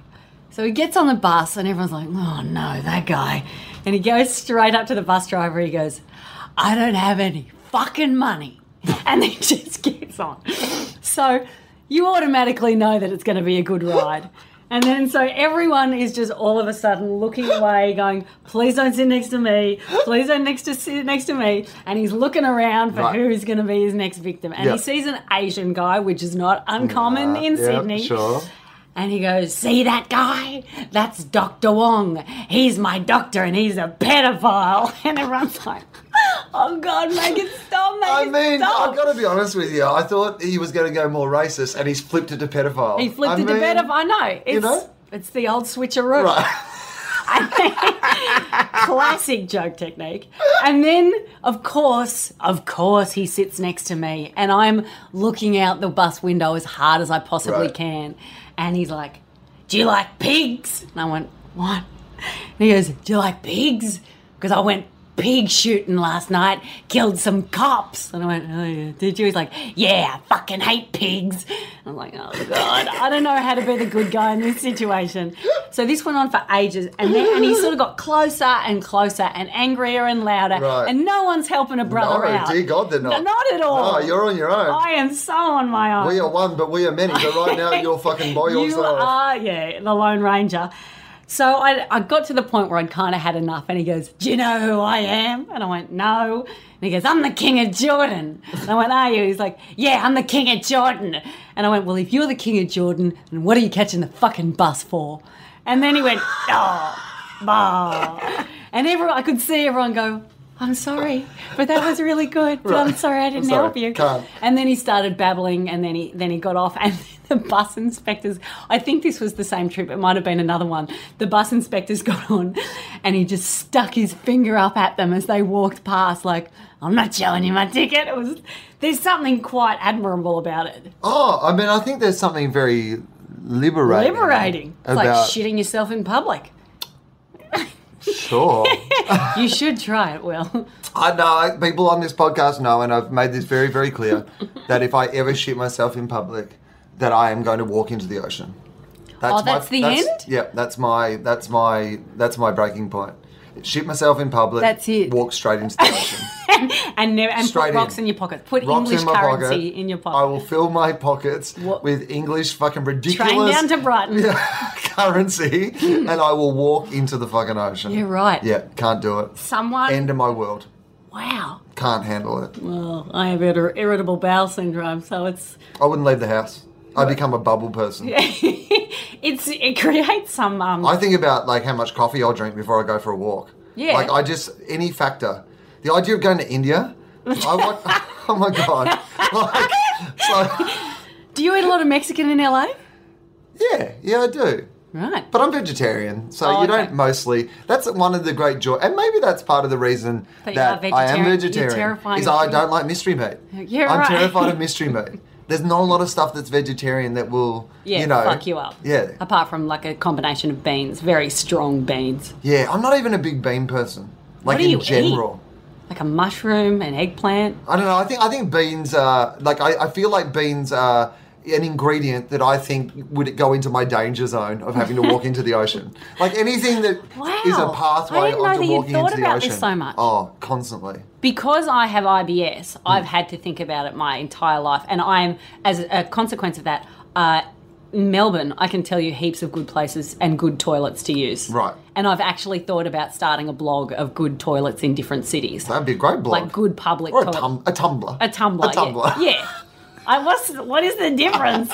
D: so he gets on the bus and everyone's like oh no that guy and he goes straight up to the bus driver he goes i don't have any fucking money and he <laughs> just gets on so you automatically know that it's going to be a good ride. And then so everyone is just all of a sudden looking away, going, "Please don't sit next to me. Please don't next to sit next to me." And he's looking around for
C: Right.
D: who is going to be his next victim. And
C: Yeah.
D: he sees an Asian guy, which is not uncommon in
C: Yeah,
D: Sydney.
C: Sure.
D: And he goes, "See that guy? That's Doctor Wong. He's my doctor, and he's a pedophile." <laughs> And everyone's like, "Oh God, make it stop! Make
C: I
D: it
C: mean,
D: stop!"
C: I've got to be honest with you. I thought he was going to go more racist, and he's flipped it to pedophile.
D: He flipped
C: I
D: it to
C: mean,
D: bed
C: <laughs>
D: of I know. It's
C: know?
D: it's the old switcheroo.
C: Right.
D: <laughs> Classic joke technique. And then of course, of course he sits next to me and I'm looking out the bus window as hard as I possibly
C: Right.
D: can. And he's like, Do you like pigs? And I went, What? And he goes, Do you like pigs? Because I went pig shooting last night, killed some cops. And I went, Oh, yeah. Did you? He's like, Yeah, I fucking hate pigs. I'm like, Oh, God. I don't know how to be the good guy in this situation. So this went on for ages. And then and he sort of got closer and closer and angrier and louder.
C: Right.
D: And no one's helping a brother
C: No,
D: out.
C: Oh, dear God, they're not.
D: No, not at all.
C: No, you're on your own.
D: I am so on my own.
C: We are one, but we are many. But right now, you're
D: <laughs>
C: fucking by
D: Uh-huh. you
C: yourself.
D: are, yeah, the Lone Ranger. So I, I got to the point where I'd kind of had enough, and he goes, "Do you know who I am?" And I went, "No." And he goes, "I'm the King of Jordan." And I went, "Are you?" He's like, "Yeah, I'm the King of Jordan." And I went, "Well, if you're the King of Jordan, then what are you catching the fucking bus for?" And then he went, "Oh, bah." And everyone, I could see everyone go, "I'm sorry, but that was really good. But I'm
C: Right.
D: sorry I
C: I'm
D: didn't
C: sorry.
D: help you."
C: Can't.
D: And then he started babbling, and then he then he got off, and <laughs> the bus inspectors. I think this was the same trip. It might have been another one. The bus inspectors <laughs> got on, and he just stuck his finger up at them as they walked past, like, "I'm not showing you my ticket." It was there's something quite admirable about it.
C: Oh, I mean, I think there's something very liberating.
D: Liberating. It's like
C: about-
D: shitting yourself in public.
C: <laughs> Sure.
D: You should try it, Will. <laughs>
C: I know people on this podcast know, and I've made this very, very
D: <laughs>
C: clear that if I ever shit myself in public, that I am going to walk into the ocean.
D: Oh, that's the end?
C: Yeah, that's my that's my that's my breaking point. Shit myself in public.
D: That's it.
C: Walk straight into the
D: <laughs>
C: ocean.
D: and never, and
C: Straight
D: put
C: in.
D: rocks in your pockets. Put
C: Rocks
D: English
C: in my
D: currency
C: pocket.
D: in your
C: I
D: pocket.
C: will fill my pockets
D: What-
C: with English fucking
D: Train
C: ridiculous
D: down to Brighton.
C: <laughs>
D: <laughs>
C: currency, and I will walk into the fucking ocean.
D: You're right.
C: Yeah, can't do it.
D: Someone.
C: End of my world.
D: wow.
C: Can't handle it.
D: Well, I have irri- irritable bowel syndrome, so it's <laughs>
C: I wouldn't leave the house. I become a bubble person.
D: it's it creates some um.
C: I think about like how much coffee I'll drink before I go for a walk.
D: Yeah.
C: Like I just any factor. The idea of going to India. I want. <laughs> Oh my god.
D: <laughs>
C: Like, it's like,
D: do you eat a lot of Mexican in LA?
C: yeah, yeah, I do.
D: Right.
C: But I'm vegetarian, so
D: Oh,
C: you
D: okay.
C: don't mostly. That's one of the great joy, and maybe that's part of the reason
D: That
C: that,
D: you are
C: I am
D: vegetarian. You're
C: vegetarian.
D: terrified
C: is
D: of
C: I
D: meat.
C: don't like mystery meat.
D: <laughs> You're
C: I'm
D: right.
C: terrified
D: <laughs>
C: of mystery meat. There's not a lot of stuff that's vegetarian that will,
D: yeah,
C: you know,
D: fuck you up.
C: Yeah,
D: Apart from like a combination of beans, very strong beans,
C: yeah. I'm not even a big bean person. Like
D: do
C: in
D: you eat?
C: general.
D: like a mushroom, an eggplant.
C: I don't know. I think I think beans are like I, I feel like beans are an ingredient that I think would go into my danger zone of having to walk into the ocean. Like anything that is
D: Wow.
C: a
D: I
C: pathway
D: didn't know that
C: onto
D: you
C: walking
D: thought
C: into the
D: about
C: ocean.
D: this so much.
C: Oh, constantly.
D: Because I have IBS,
C: Hmm.
D: I've had to think about it my entire life, and I'm as a consequence of that. Uh, Melbourne, I can tell you heaps of good places and good toilets to use.
C: Right.
D: And I've actually thought about starting a blog of good toilets in different cities.
C: That'd be a great blog.
D: like good public
C: or a,
D: toilet-
C: tum- a tumbler.
D: a tumbler.
C: A tumbler.
D: Yeah. yeah. I what's what is the
C: <laughs>
D: difference?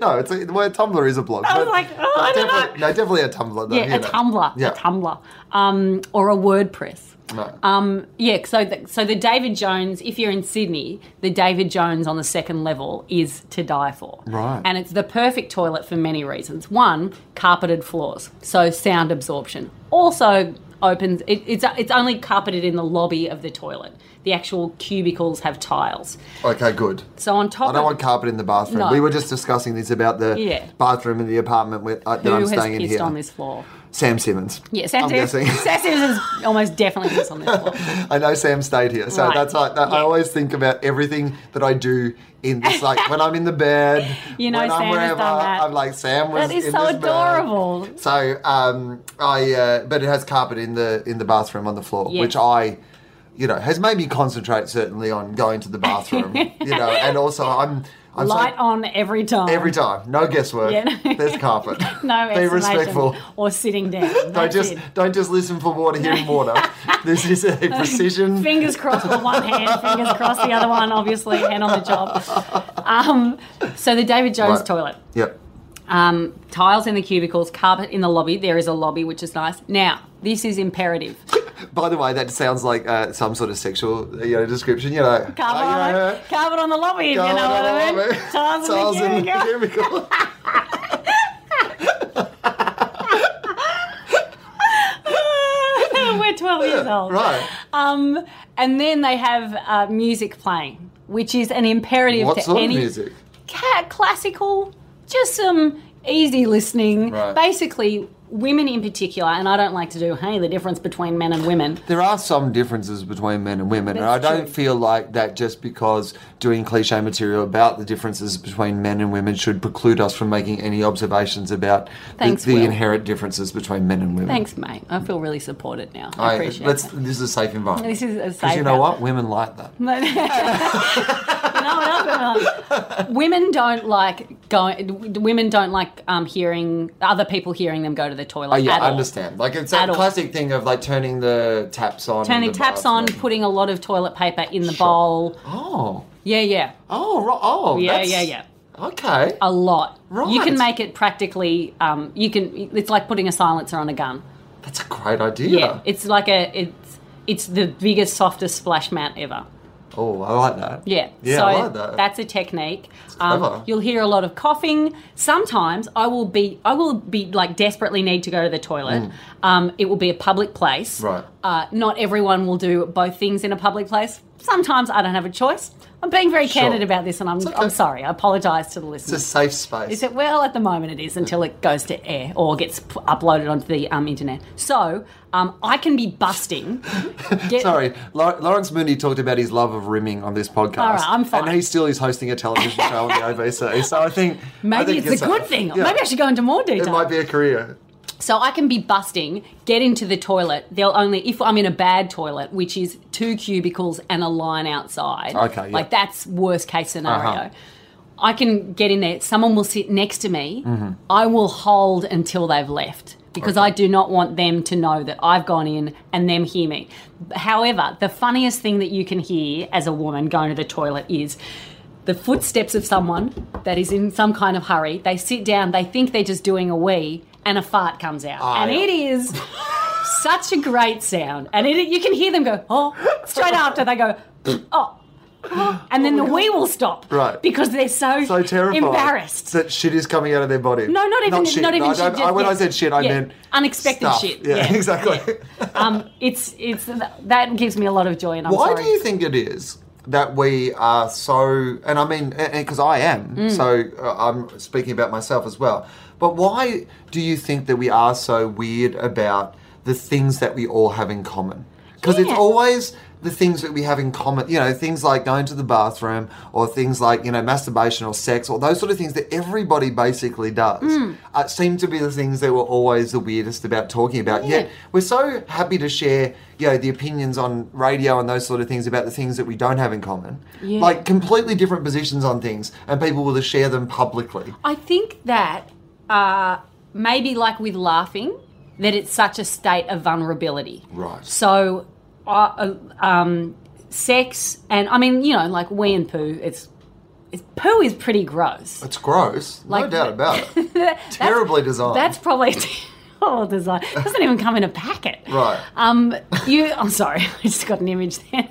C: no, it's a, well, a tumbler is a blog.
D: I was
C: but-
D: like, oh, I
C: but
D: don't know.
C: definitely- No, definitely a tumbler. Though,
D: Yeah,
C: you
D: a
C: know.
D: tumbler.
C: Yeah.
D: A tumbler. Um, or a WordPress.
C: No.
D: Um, yeah, so the, so the David Jones, if you're in Sydney, the David Jones on the second level is to die for.
C: Right.
D: And it's the perfect toilet for many reasons. One, carpeted floors, so sound absorption. Also opens it, it's it's only carpeted in the lobby of the toilet. The actual cubicles have tiles.
C: okay, good.
D: So on top
C: I don't
D: of
C: want carpet in the bathroom.
D: No.
C: We were just discussing this about the
D: Yeah.
C: bathroom in the apartment with, uh, that
D: who
C: I'm
D: has
C: staying in
D: pissed
C: here.
D: on this floor?
C: Sam Simmons.
D: Yeah, Sam
C: I'm
D: Simmons.
C: guessing.
D: <laughs> Sam Simmons is almost definitely pissed
C: <laughs>
D: on this floor.
C: I know Sam stayed here, so
D: Right.
C: that's like that, I
D: Yeah.
C: always think about everything that I do in
D: <laughs>
C: this. Like when I'm in the bed,
D: You know
C: when
D: Sam
C: I'm
D: has
C: wherever,
D: done that.
C: I'm like Sam was.
D: That is
C: in
D: so
C: this bed.
D: adorable.
C: So um, I, uh, but it has carpet in the in the bathroom on the floor,
D: Yeah.
C: which I. You know, has made me concentrate certainly on going to the
D: <laughs>
C: bathroom. you know, and also I'm, I'm so-
D: Light on every time.
C: every time, no guesswork.
D: Yeah, no.
C: <laughs> There's carpet.
D: <laughs> No
C: be
D: estimation
C: respectful.
D: or
C: <laughs>
D: sitting down.
C: Don't
D: That's
C: just
D: it.
C: don't just listen for water, hearing water.
D: <laughs>
C: this is a precision.
D: fingers crossed with one hand, fingers crossed the other one, obviously, hand on the job. Um, so the David Jones
C: Right.
D: toilet.
C: Yep.
D: Um, tiles in the cubicles, carpet in the lobby. There is a lobby, which is nice. Now, this
C: <laughs>
D: is imperative.
C: By the way, that sounds like uh, some sort of sexual you know, description. You know,
D: Carpet, on, the, carpet on the lobby, if you know what I mean. Tiles in the cubicle.
C: chemical.
D: <laughs> <laughs> We're
C: <laughs>
D: 12 years old.
C: right.
D: Um, and then they have uh, music playing, which is an imperative
C: What
D: to
C: sort of
D: any
C: music?
D: Ca- classical, just some easy listening.
C: Right.
D: Basically, women in particular, and I don't like to do hey the difference between men and women.
C: There are some differences between men and women, and I
D: That's
C: don't
D: true.
C: feel like that just because doing cliche material about the differences between men and women should preclude us from making any observations about
D: Thanks,
C: the, the
D: Will.
C: inherent differences between men and women.
D: Thanks, mate. I feel really supported now. I,
C: I,
D: appreciate
C: let's,
D: it.
C: This is a safe environment.
D: This is a
C: 'Cause
D: safe
C: you know
D: house.
C: what? Women like that.
D: No, no, no, no. women don't like going. Women don't like um, hearing other people hearing them go to the toilet.
C: Oh, yeah,
D: at
C: I
D: all.
C: understand. Like it's
D: At
C: that
D: all.
C: classic thing of like turning the taps on. in
D: Turning
C: the
D: taps on,
C: bathroom.
D: putting a lot of toilet paper in the bowl.
C: Oh,
D: Yeah, yeah,
C: oh, ro- oh,
D: yeah,
C: that's-
D: yeah, yeah. Oh.
C: Okay.
D: a lot. You
C: Right.
D: can make it practically. Um, you can. It's like putting a silencer on a gun.
C: That's a great idea.
D: Yeah. It's like a. It's it's the biggest, softest splash mat ever.
C: oh, I like that.
D: Yeah.
C: Yeah,
D: so
C: I like that.
D: that's a technique. Um,
C: clever.
D: you'll hear a lot of coughing. Sometimes I will be I will be like desperately need to go to the toilet. Um, it will be a public place.
C: Mm. Right.
D: uh, not everyone will do both things in a public place. Sometimes I don't have a choice. I'm being very
C: Sure.
D: candid about this, and I'm, I'm sorry. I apologise to the listeners.
C: It's a safe space.
D: Is it? Well, at the moment it is until it goes to air or gets p- uploaded onto the um, internet. So um, I can be
C: <laughs>
D: busting. Get-
C: Sorry, Lau- Lawrence Mooney talked about his love of rimming on this podcast.
D: All right, I'm fine.
C: And he still is hosting a
D: <laughs>
C: television show on the ABC. So I think I
D: Maybe
C: think
D: it's a good thing.
C: yeah.
D: Maybe I should go into more
C: It
D: detail.
C: might be a career.
D: So I can be busting, get into the toilet. They'll only if I'm in a bad toilet, which is two cubicles and a line outside.
C: Okay, yeah.
D: like that's worst case scenario.
C: Uh-huh.
D: I can get in there. Someone will sit next to me. I will hold until they've left because I do not want them to know that I've gone in and them hear me. However, the funniest thing that you can hear as a woman going to the toilet is the footsteps of someone that is in some kind of hurry. They sit down, they think they're just doing a wee, and a fart comes out. and
C: yeah.
D: it is such a great sound. And it, you can hear them go, oh, straight after
C: <laughs>
D: they go, oh. oh," And then the wee will stop,
C: Right.
D: Because they're so,
C: So terrified.
D: embarrassed.
C: That shit is coming out of their body.
D: no, not even not,
C: shit.
D: even
C: No, I
D: shit.
C: don't-
D: just-
C: I- when I
D: yes.
C: said shit, I
D: Yeah.
C: meant
D: unexpected
C: stuff.
D: shit.
C: Yeah, <laughs>
D: Yeah.
C: exactly.
D: um, it's it's that gives me a lot of joy, and I'm
C: Why
D: sorry.
C: do you think it is that we are so? And I mean, because I am,
D: Mm.
C: so uh, I'm speaking about myself as well. But why do you think that we are so weird about the things that we all have in common? Because it's
D: Yeah.
C: always the things that we have in common. You know, things like going to the bathroom, or things like you know masturbation or sex, or those sort of things that everybody basically does.
D: Mm.
C: Uh, seem to be the things that we're always the weirdest about talking about. Yet we're so happy to share, you know, the opinions on radio and those sort of things about the things that we don't have in common.
D: Yeah.
C: Like completely different positions on things, and people will just share them publicly.
D: I think that uh, maybe like with laughing, that it's such a state of vulnerability.
C: Right.
D: So, uh, uh, um, sex and I mean, you know, like wee and poo. It's, it's poo is pretty gross.
C: It's gross, no
D: Like-
C: doubt about
D: <laughs>
C: it. Terribly designed.
D: That's probably a terrible design. It doesn't even come in a packet.
C: Right.
D: Um, you. I'm sorry. <laughs> I just got an image there.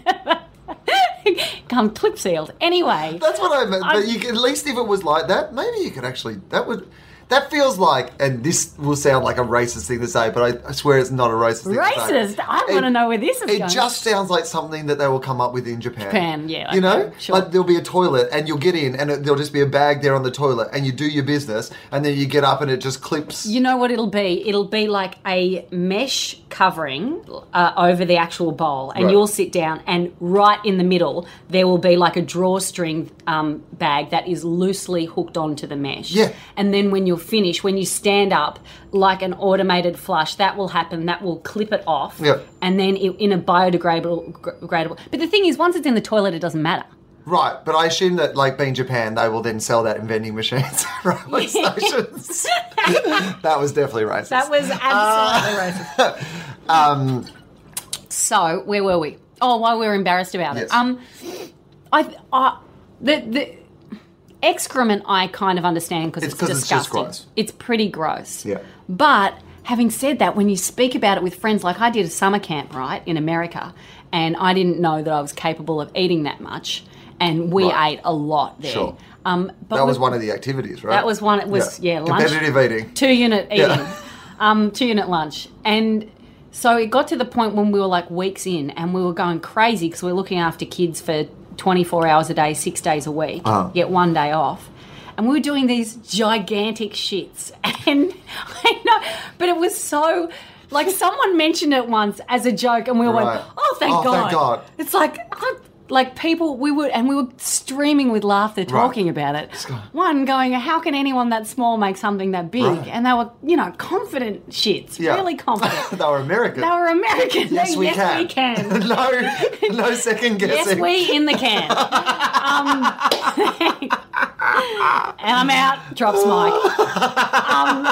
D: <laughs> Come clip sealed. Anyway.
C: That's what I meant. But
D: I'm-
C: you could, at least if it was like that, maybe you could actually. That would. That feels like, and this will sound like a racist thing to say, but I, I swear it's not a racist thing to
D: Racist.
C: say.
D: I want to
C: It-
D: know where this is
C: It
D: going.
C: just sounds like something that they will come up with in Japan.
D: Japan, yeah,
C: You know?
D: okay, sure.
C: Like there'll be a toilet and you'll get in and it, there'll just be a bag there on the toilet and you do your business and then you get up and it just clips.
D: You know what it'll be? It'll be like a mesh covering uh, over the actual bowl, and
C: Right.
D: you'll sit down, and right in the middle, there will be like a drawstring um, bag that is loosely hooked onto the mesh.
C: Yeah.
D: And then when you're finished, when you stand up, like an automated flush, that will happen. That will clip it off.
C: Yeah.
D: And then it, in a biodegradable. Gradable. But the thing is, once it's in the toilet, it
C: <laughs>
D: doesn't matter.
C: Right, but I assume that, like being Japan, they will then sell that in vending machines <laughs> at
D: <laughs>
C: railway stations. that was definitely racist.
D: That
C: <laughs>
D: was absolutely racist.
C: Um,
D: so where were we? Oh, why we were embarrassed about
C: Yes.
D: it. Um, I, I the the excrement I kind of understand because
C: It's
D: it's,
C: 'cause it's
D: disgusting.
C: just gross.
D: It's pretty gross.
C: Yeah.
D: But having said that, when you speak about it with friends, like I did a summer camp right in America, and I didn't know that I was capable of eating that much, and we
C: Right.
D: ate a lot there.
C: Sure.
D: Um, but
C: that was
D: with-
C: one of the activities, right?
D: That was one. It was yeah, lunch
C: competitive eating.
D: two unit eating,
C: Yeah.
D: um, two unit lunch, and so it got to the point when we were like weeks in, and we were going crazy because we are looking after kids for twenty four hours a day, six days a week,
C: Uh-huh.
D: yet one day off, and we were doing these gigantic shits, <laughs> and I know, but it was so. Like someone mentioned it once as a joke, and we all
C: Right.
D: went, "Oh, thank
C: Oh,
D: God!"
C: thank God.
D: It's like, I- like people, we were and we were streaming with laughter talking about it. One going, "How can anyone that small make something that big?"
C: Right.
D: And they were, you know, confident shits,
C: Yeah.
D: really confident.
C: <laughs> they were American.
D: they were American.
C: yes,
D: They-
C: we
D: yes,
C: can.
D: we can.
C: <laughs> no, no second
D: Yes,
C: guessing.
D: we in the can. Um, <laughs> and I'm out. Drops mic. Um,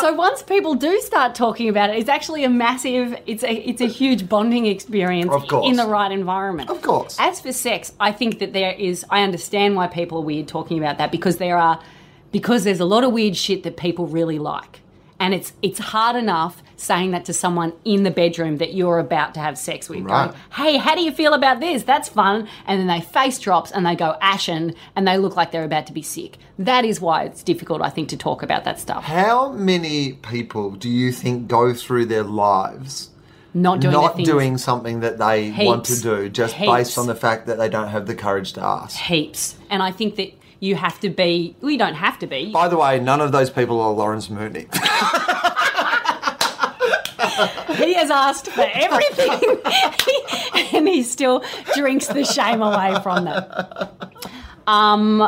D: so once people do start talking about it, it's actually a massive. It's a it's a huge bonding experience
C: Of course.
D: in the right environment.
C: Of course.
D: As for sex, I think that there is. I understand why people are weird talking about that because there are because there's a lot of weird shit that people really like. And it's it's hard enough saying that to someone in the bedroom that you're about to have sex with.
C: Right.
D: Going, hey, how do you feel about this? That's fun. And then they face drops and they go ashen and they look like they're about to be sick. That is why it's difficult, I think, to talk about that stuff.
C: How many people do you think go through their lives
D: not doing the
C: not
D: things
C: doing something that they want to
D: Heaps.
C: do just
D: Heaps.
C: based on the fact that they don't have the courage to ask.
D: heaps. And I think that you have to be. Well, you don't have to be.
C: By the way, none of those people are Lawrence Mooney. <laughs>
D: He has asked
C: <laughs>
D: for everything, <laughs> and he still drinks the shame away from them. Um,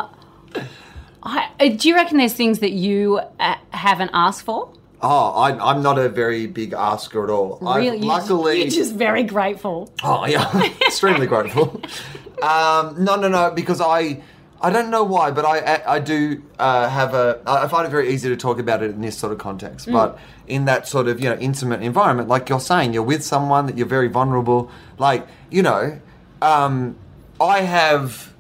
D: I, uh, do you reckon there's things that you uh, haven't asked for?
C: oh, I'm, I'm not a very big asker at all.
D: Really,
C: I,
D: you-
C: luckily,
D: you're just very grateful.
C: Oh
D: <laughs>
C: yeah, extremely grateful. Um, no, no, no, because I, I don't know why, but I, I, I do uh, have a. I I find it very easy to talk about it in this sort of context,
D: Hmm.
C: but in that sort of you know intimate environment, like you're saying, you're with someone that you're very vulnerable. Like you know, um, I have.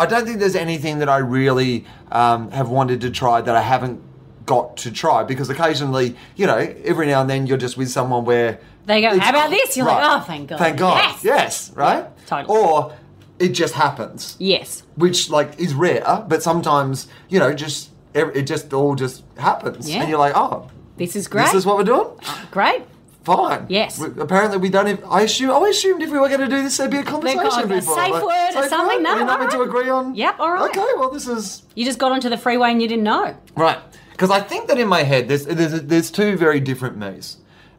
C: I don't think there's anything that I really um, have wanted to try that I haven't got to try because occasionally, you know, every now and then you're just with someone where
D: They go,
C: it's-
D: "How about this?" You're
C: Right.
D: like, "Oh, thank God!"
C: Thank God. Yes.
D: Yes.
C: right?
D: totally.
C: Or it just happens,
D: Yes.
C: which like is rare, but sometimes, you know, just ev- it just all just happens.
D: Yeah.
C: And you're like, "Oh,
D: This is great.
C: this is what we're doing?"
D: great.
C: Fine.
D: Yes.
C: We- apparently we don't. Even, I assume. I assumed if we were going to do this, there'd be a conversation.
D: called a
C: before.
D: safe word or something, no,
C: We're not meant to
D: alright.
C: agree on.
D: Yep, alright.
C: Okay. Well, this is
D: You just got onto the freeway and you didn't know.
C: Right. Because I think that in my head, there's, there's there's two very different me's,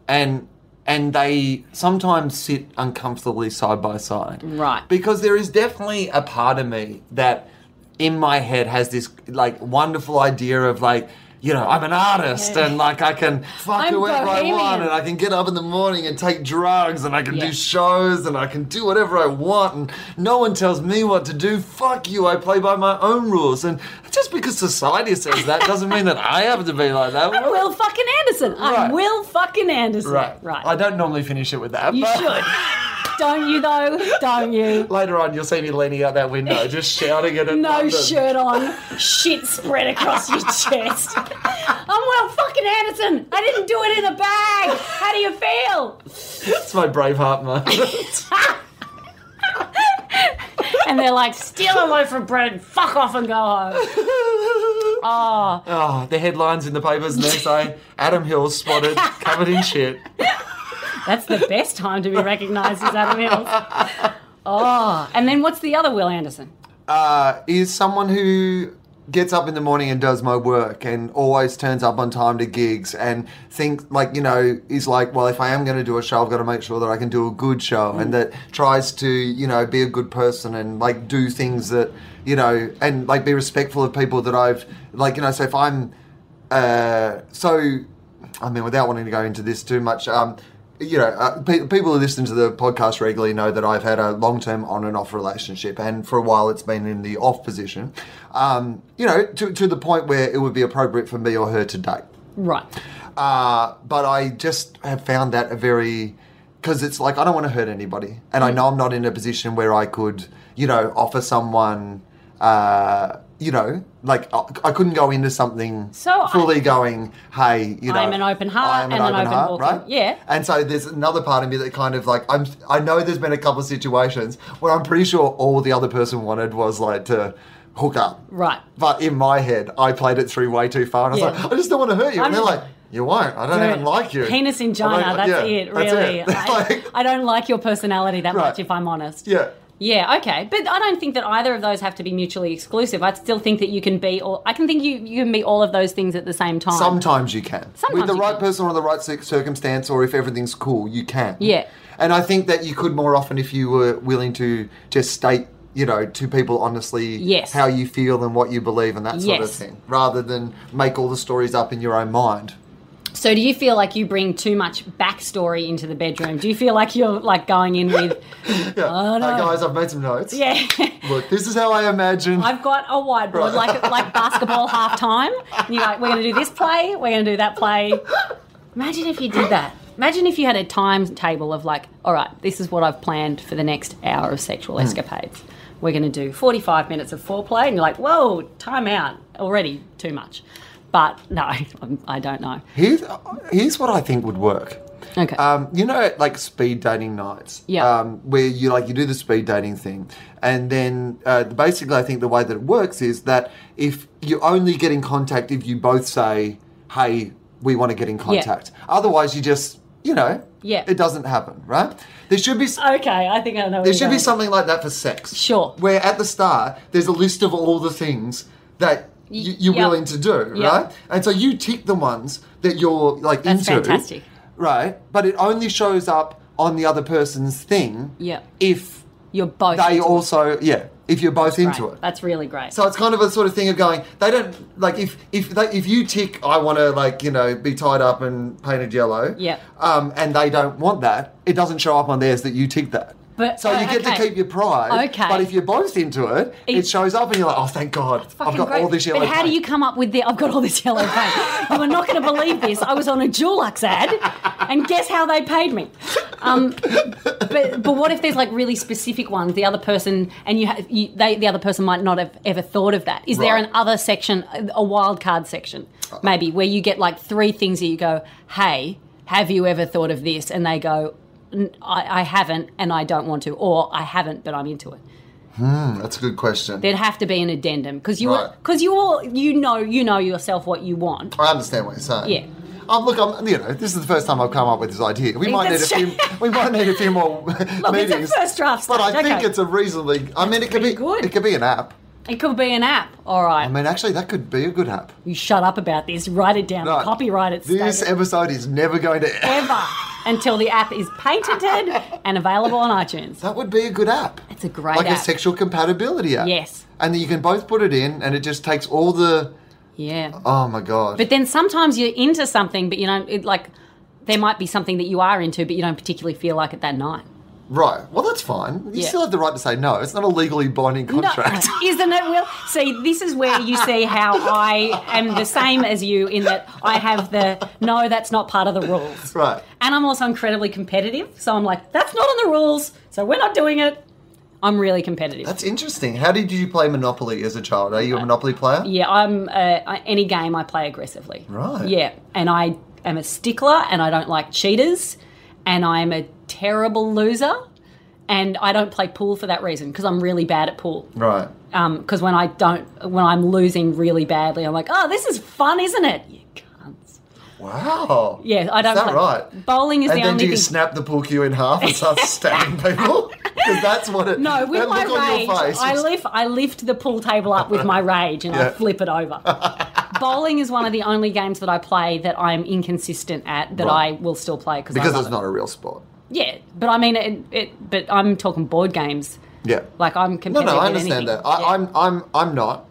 C: and and they sometimes sit uncomfortably side by side.
D: Right.
C: Because there is definitely a part of me that, in my head, has this like wonderful idea of like. You know, I'm an artist, and like I can fuck
D: I'm
C: whoever I want,
D: bohemian.
C: and I can get up in the morning and take drugs, and I can
D: Yeah.
C: do shows, and I can do whatever I want, and no one tells me what to do. Fuck you! I play by my own rules, and just because society says that doesn't mean that I have to be like
D: <laughs>
C: that.
D: I'm Will fucking Anderson.
C: Right.
D: I'm Will fucking Anderson.
C: Right,
D: Right.
C: I don't normally finish it with that. <laughs>
D: you
C: but
D: should. Don't you though?
C: <laughs>
D: Don't you?
C: Later on, you'll see me leaning out that window,
D: <laughs>
C: just shouting at it.
D: No
C: London.
D: shirt on, shit spread
C: <laughs>
D: across your chest. I'm Will fucking Anderson. I didn't do it in a bag. How do you feel?
C: That's my Braveheart <laughs>
D: <laughs>
C: moment.
D: And they're like, steal a loaf of bread, fuck off and go home. Oh,
C: oh, the headlines in the papers the next
D: <laughs>
C: day: Adam Hill spotted covered in shit.
D: that's the best time to be recognised as Adam Hills.
C: <laughs>
D: Oh, and then what's the other Will Anderson?
C: uh, is someone who gets up in the morning and does my work and always turns up on time to gigs and think like you know is like well if i am going to do a show i've got to make sure that i can do a good show and that tries to you know be a good person and like do things that you know and like be respectful of people that i've like you know so if i'm uh, so, I mean, without wanting to go into this too much, um, you know, uh, pe- people who listen to the podcast regularly know that I've had a long term on and off relationship, and for a while it's been in the off position, um, you know, to, to the point where it would be appropriate for me or her to date.
D: Right.
C: Uh, but I just have found that a very because it's like I don't want to hurt anybody, and
D: Mm.
C: I know I'm not in a position where I could, you know, offer someone, uh, you know, like I, I couldn't go into something
D: So I-
C: fully going, hey, you know,
D: I'm an open heart
C: I am
D: and an open book,"
C: right?
D: yeah.
C: And so there's another part of me that kind of like I'm. I know there's been a couple of situations where I'm pretty sure all the other person wanted was like to hook up,
D: Right.
C: But in my head, I played it through way too far, and I was
D: Yeah.
C: like, I just don't want to hurt you.
D: I'm
C: and they're
D: just-
C: like, you won't. I don't even like you.
D: Penis in
C: I
D: China,
C: don't-
D: that's
C: yeah,
D: it,
C: that's
D: really.
C: it.
D: I,
C: <laughs> Like,
D: I don't like your personality that
C: Right.
D: much, if I'm honest.
C: yeah.
D: Yeah, okay. But I don't think that either of those have to be mutually exclusive. I still think that you can be all I can think you, you can be all of those things at the same time.
C: Sometimes you can.
D: Sometimes
C: With the
D: you
C: right
D: can.
C: person or the right cir- circumstance, or if everything's cool, you can.
D: Yeah.
C: And I think that you could more often if you were willing to just state, you know, to people honestly
D: Yes.
C: how you feel and what you believe and that sort of
D: Yes.
C: thing, rather than make all the stories up in your own mind.
D: So do you feel like you bring too much backstory into the bedroom? Do you feel like you're like going
C: <laughs>
D: in with
C: Yeah.
D: Oh, no.
C: Hey, guys, I've made some notes.
D: Yeah.
C: Look, this is how I imagine.
D: I've got a whiteboard like
C: <laughs>
D: like basketball halftime. And you're like, we're gonna do this play, we're gonna do that play. Imagine if you did that. Imagine if you had a timetable of like, all right, this is what I've planned for the next hour of
C: Hmm.
D: sexual escapades. We're gonna do 45 minutes of foreplay, and you're like, whoa, time out already, too much. But no, <laughs> I'm- I don't know.
C: Here's, here's what I think would work.
D: Okay.
C: Um, you know, at, like speed dating nights.
D: Yeah.
C: Um, where you like you do the speed dating thing, and then uh, basically, I think the way that it works is that if you only get in contact if you both say, "Hey, we want to get in contact." Otherwise, you just you know,
D: Yeah.
C: it doesn't happen, right? There should be s-
D: Okay, I think I know. where
C: there
D: you're
C: should be
D: going.
C: something like that for sex.
D: Sure.
C: Where at the start there's a list of all the things that y- you're
D: yep.
C: willing to do,
D: Yep.
C: right? And so you tick the ones that you're like
D: That's
C: into.
D: fantastic.
C: Right? But it only shows up on the other person's thing
D: Yep.
C: if
D: You're both.
C: they
D: into it.
C: also yeah, if you're both
D: Right,
C: into it.
D: That's really great.
C: So it's kind of a sort of thing of going. They don't like if if they, if you tick, I want to like you know be tied up and painted yellow.
D: Yep.
C: Um, and they don't want that. It doesn't show up on theirs that you tick that.
D: But-
C: so
D: oh,
C: you get to
D: okay.
C: keep your pride.
D: Okay.
C: But if you're both into it, it,
D: It-
C: shows up, and you're like, oh, thank God, I've
D: Fucking
C: got
D: great.
C: all this yellow.
D: But how do
C: paint."
D: you come up with the? I've got all this yellow paint. you are not going to believe this. I was on a Dulux ad, and guess how they paid me. Um, but but what if there's like really specific ones? The other person and you, ha- you they the other person might not have ever thought of that. Is there
C: Right.
D: an other section, a- a wild card section, maybe where you get like three things that you go, hey, have you ever thought of this? And they go. "N- I, I haven't, and I don't want to, or I haven't, but I'm into it.
C: That's a good question.
D: There'd have to be an addendum because you
C: Right.
D: because you all you know you know yourself what you want.
C: I understand what you're saying.
D: Yeah.
C: Um, look, I'm, you know, this is the first time I've come up with this idea. We might need a
D: That's
C: few.
D: <laughs>
C: We might need a few more
D: a
C: meetings.
D: first draft
C: but I
D: stage,
C: think
D: okay.
C: it's a reasonably. I mean, it could be.
D: pretty good.
C: It could be an app.
D: It could be an app. All right,
C: I mean, actually, that could be a good app.
D: you shut up about this. Write it down.
C: Right.
D: Copyright it.
C: This
D: stated
C: episode is never going to.
D: ever until the app is patented and available on
C: <laughs>
D: iTunes.
C: That would be a good app.
D: It's a great
C: like
D: app.
C: a sexual compatibility app.
D: Yes.
C: And then you can both put it in, and it just takes all the.
D: yeah,
C: Oh my god.
D: but then sometimes you're into something, but you don't it, like. There might be something that you are into, but you don't particularly feel like it that night.
C: right. Well, that's fine. You
D: Yeah.
C: still have the right to say no. It's not a legally binding
D: No, <laughs>
C: contract. <laughs>
D: isn't it, Will? See, this is where you see how I am the same as you in that I have the no, that's not part of the rules.
C: right.
D: And I'm also incredibly competitive. So I'm like, that's not on the rules. So we're not doing it. I'm really competitive.
C: That's interesting. How did you play Monopoly as a child? Are you a Monopoly player?
D: yeah, I'm uh, I- any game I play aggressively.
C: Right.
D: Yeah, and I am a stickler, and I don't like cheaters, and I'm a terrible loser, and I don't play pool for that reason because I'm really bad at pool.
C: Right.
D: because when I don't, when I'm losing really badly, I'm like, oh, this is fun, isn't it? You cunts.
C: Wow.
D: Yeah, I don't.
C: Is that
D: play-
C: right?
D: Bowling is
C: and
D: the
C: then
D: only
C: do you
D: thing.
C: snap the pool cue in half and
D: <laughs>
C: start stabbing people? Because that's what it.
D: no,
C: <laughs> that
D: with my
C: look on
D: rage,
C: your face
D: I
C: is-
D: lift, I lift the pool table up with
C: <laughs>
D: my rage and
C: Yeah.
D: I flip
C: <laughs>
D: it over. Bowling is one of the only games that I play that I'm inconsistent at that
C: Right.
D: I will still play because
C: because
D: I love
C: it's
D: it.
C: not a real sport.
D: Yeah, but I mean, it, it. But I'm talking board games.
C: Yeah.
D: Like I'm
C: No,
D: competitive.
C: no, I
D: at
C: understand
D: anything.
C: that. I,
D: Yeah.
C: I'm, I'm, I'm not.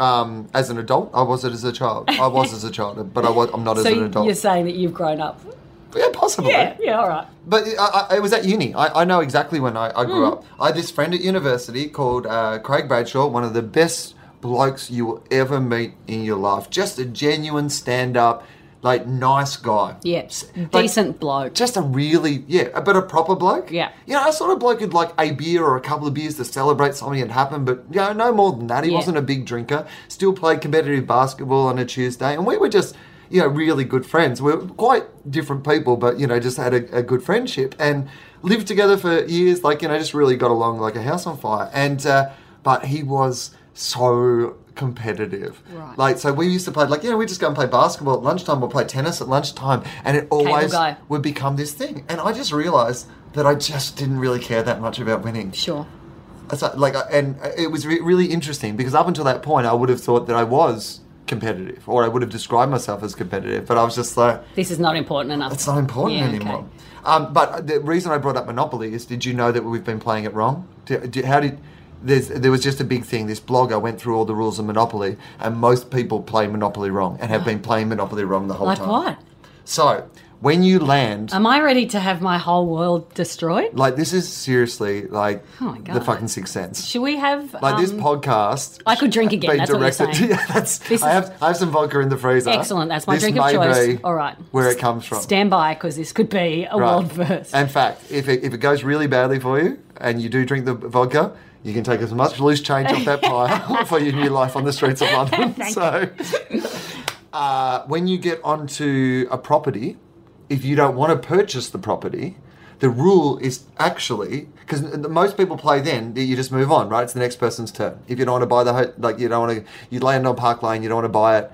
C: Um, as an adult, I was it as a child. I was as a child, but I was, I'm not as an
D: <laughs> So
C: adult.
D: you're saying that you've grown up?
C: yeah, possibly.
D: Yeah. Yeah. All right.
C: But I, I, it was at uni. I, I know exactly when I, I grew
D: Hmm.
C: up. I had this friend at university called uh, Craig Bradshaw, one of the best blokes you will ever meet in your life. Just a genuine stand up, like nice guy.
D: Yeah.
C: like-
D: Decent bloke.
C: Just a really, yeah, but a proper bloke.
D: Yeah.
C: You know, a sort of bloke who'd like a beer or a couple of beers to celebrate something had happened, but, you know, no more than that. He
D: Yeah.
C: wasn't a big drinker. Still played competitive basketball on a Tuesday. And we were just, you know, really good friends. We were quite different people, but, you know, just had a, a good friendship and lived together for years. Like, you know, just really got along like a house on fire. And, uh, but he was so competitive.
D: Right.
C: Like, so we used to play, like, you know, we just go and play basketball at lunchtime. We'll play tennis at lunchtime. And it always
D: guy.
C: would become this thing. And I just realized that I just didn't really care that much about winning.
D: Sure.
C: It's like, like, I- and it was re- really interesting because up until that point, I would have thought that I was competitive, or I would have described myself as competitive. But I was just like,
D: This is not important enough.
C: it's not important
D: Yeah, okay.
C: anymore. Um, but the reason I brought up Monopoly is, did you know that we've been playing it wrong? Do, do, how did? There's, there was just a big thing. This blogger went through all the rules of Monopoly, and most people play Monopoly wrong and
D: <gasps>
C: have been playing Monopoly wrong the whole
D: Like
C: time.
D: what?
C: So when you land,
D: Am I ready to have my whole world destroyed?
C: like this is seriously like
D: Oh my
C: the
D: God.
C: fucking sixth sense.
D: Should we have?
C: Like this
D: um,
C: podcast.
D: I could drink again,
C: been
D: that's what you're
C: <laughs>
D: saying.
C: yeah, that's,
D: This
C: I,
D: is-
C: have, I have some vodka in the freezer.
D: Excellent. That's my
C: This
D: drink of
C: may
D: choice.
C: be
D: All right.
C: Where it comes from.
D: Stand by, because this could be a
C: Right.
D: world first.
C: In fact, if it, if it goes really badly for you and you do drink the vodka, you can take as much loose change off that pile <laughs> for your new life on the streets
D: <laughs>
C: of London.
D: Thank
C: so, uh, when you get onto a property, if you don't want to purchase the property, the rule is actually because most people play then that you just move on, right? It's the next person's turn. If you don't want to buy the ho- like you don't want to, you land on Park Lane, you don't want to buy it,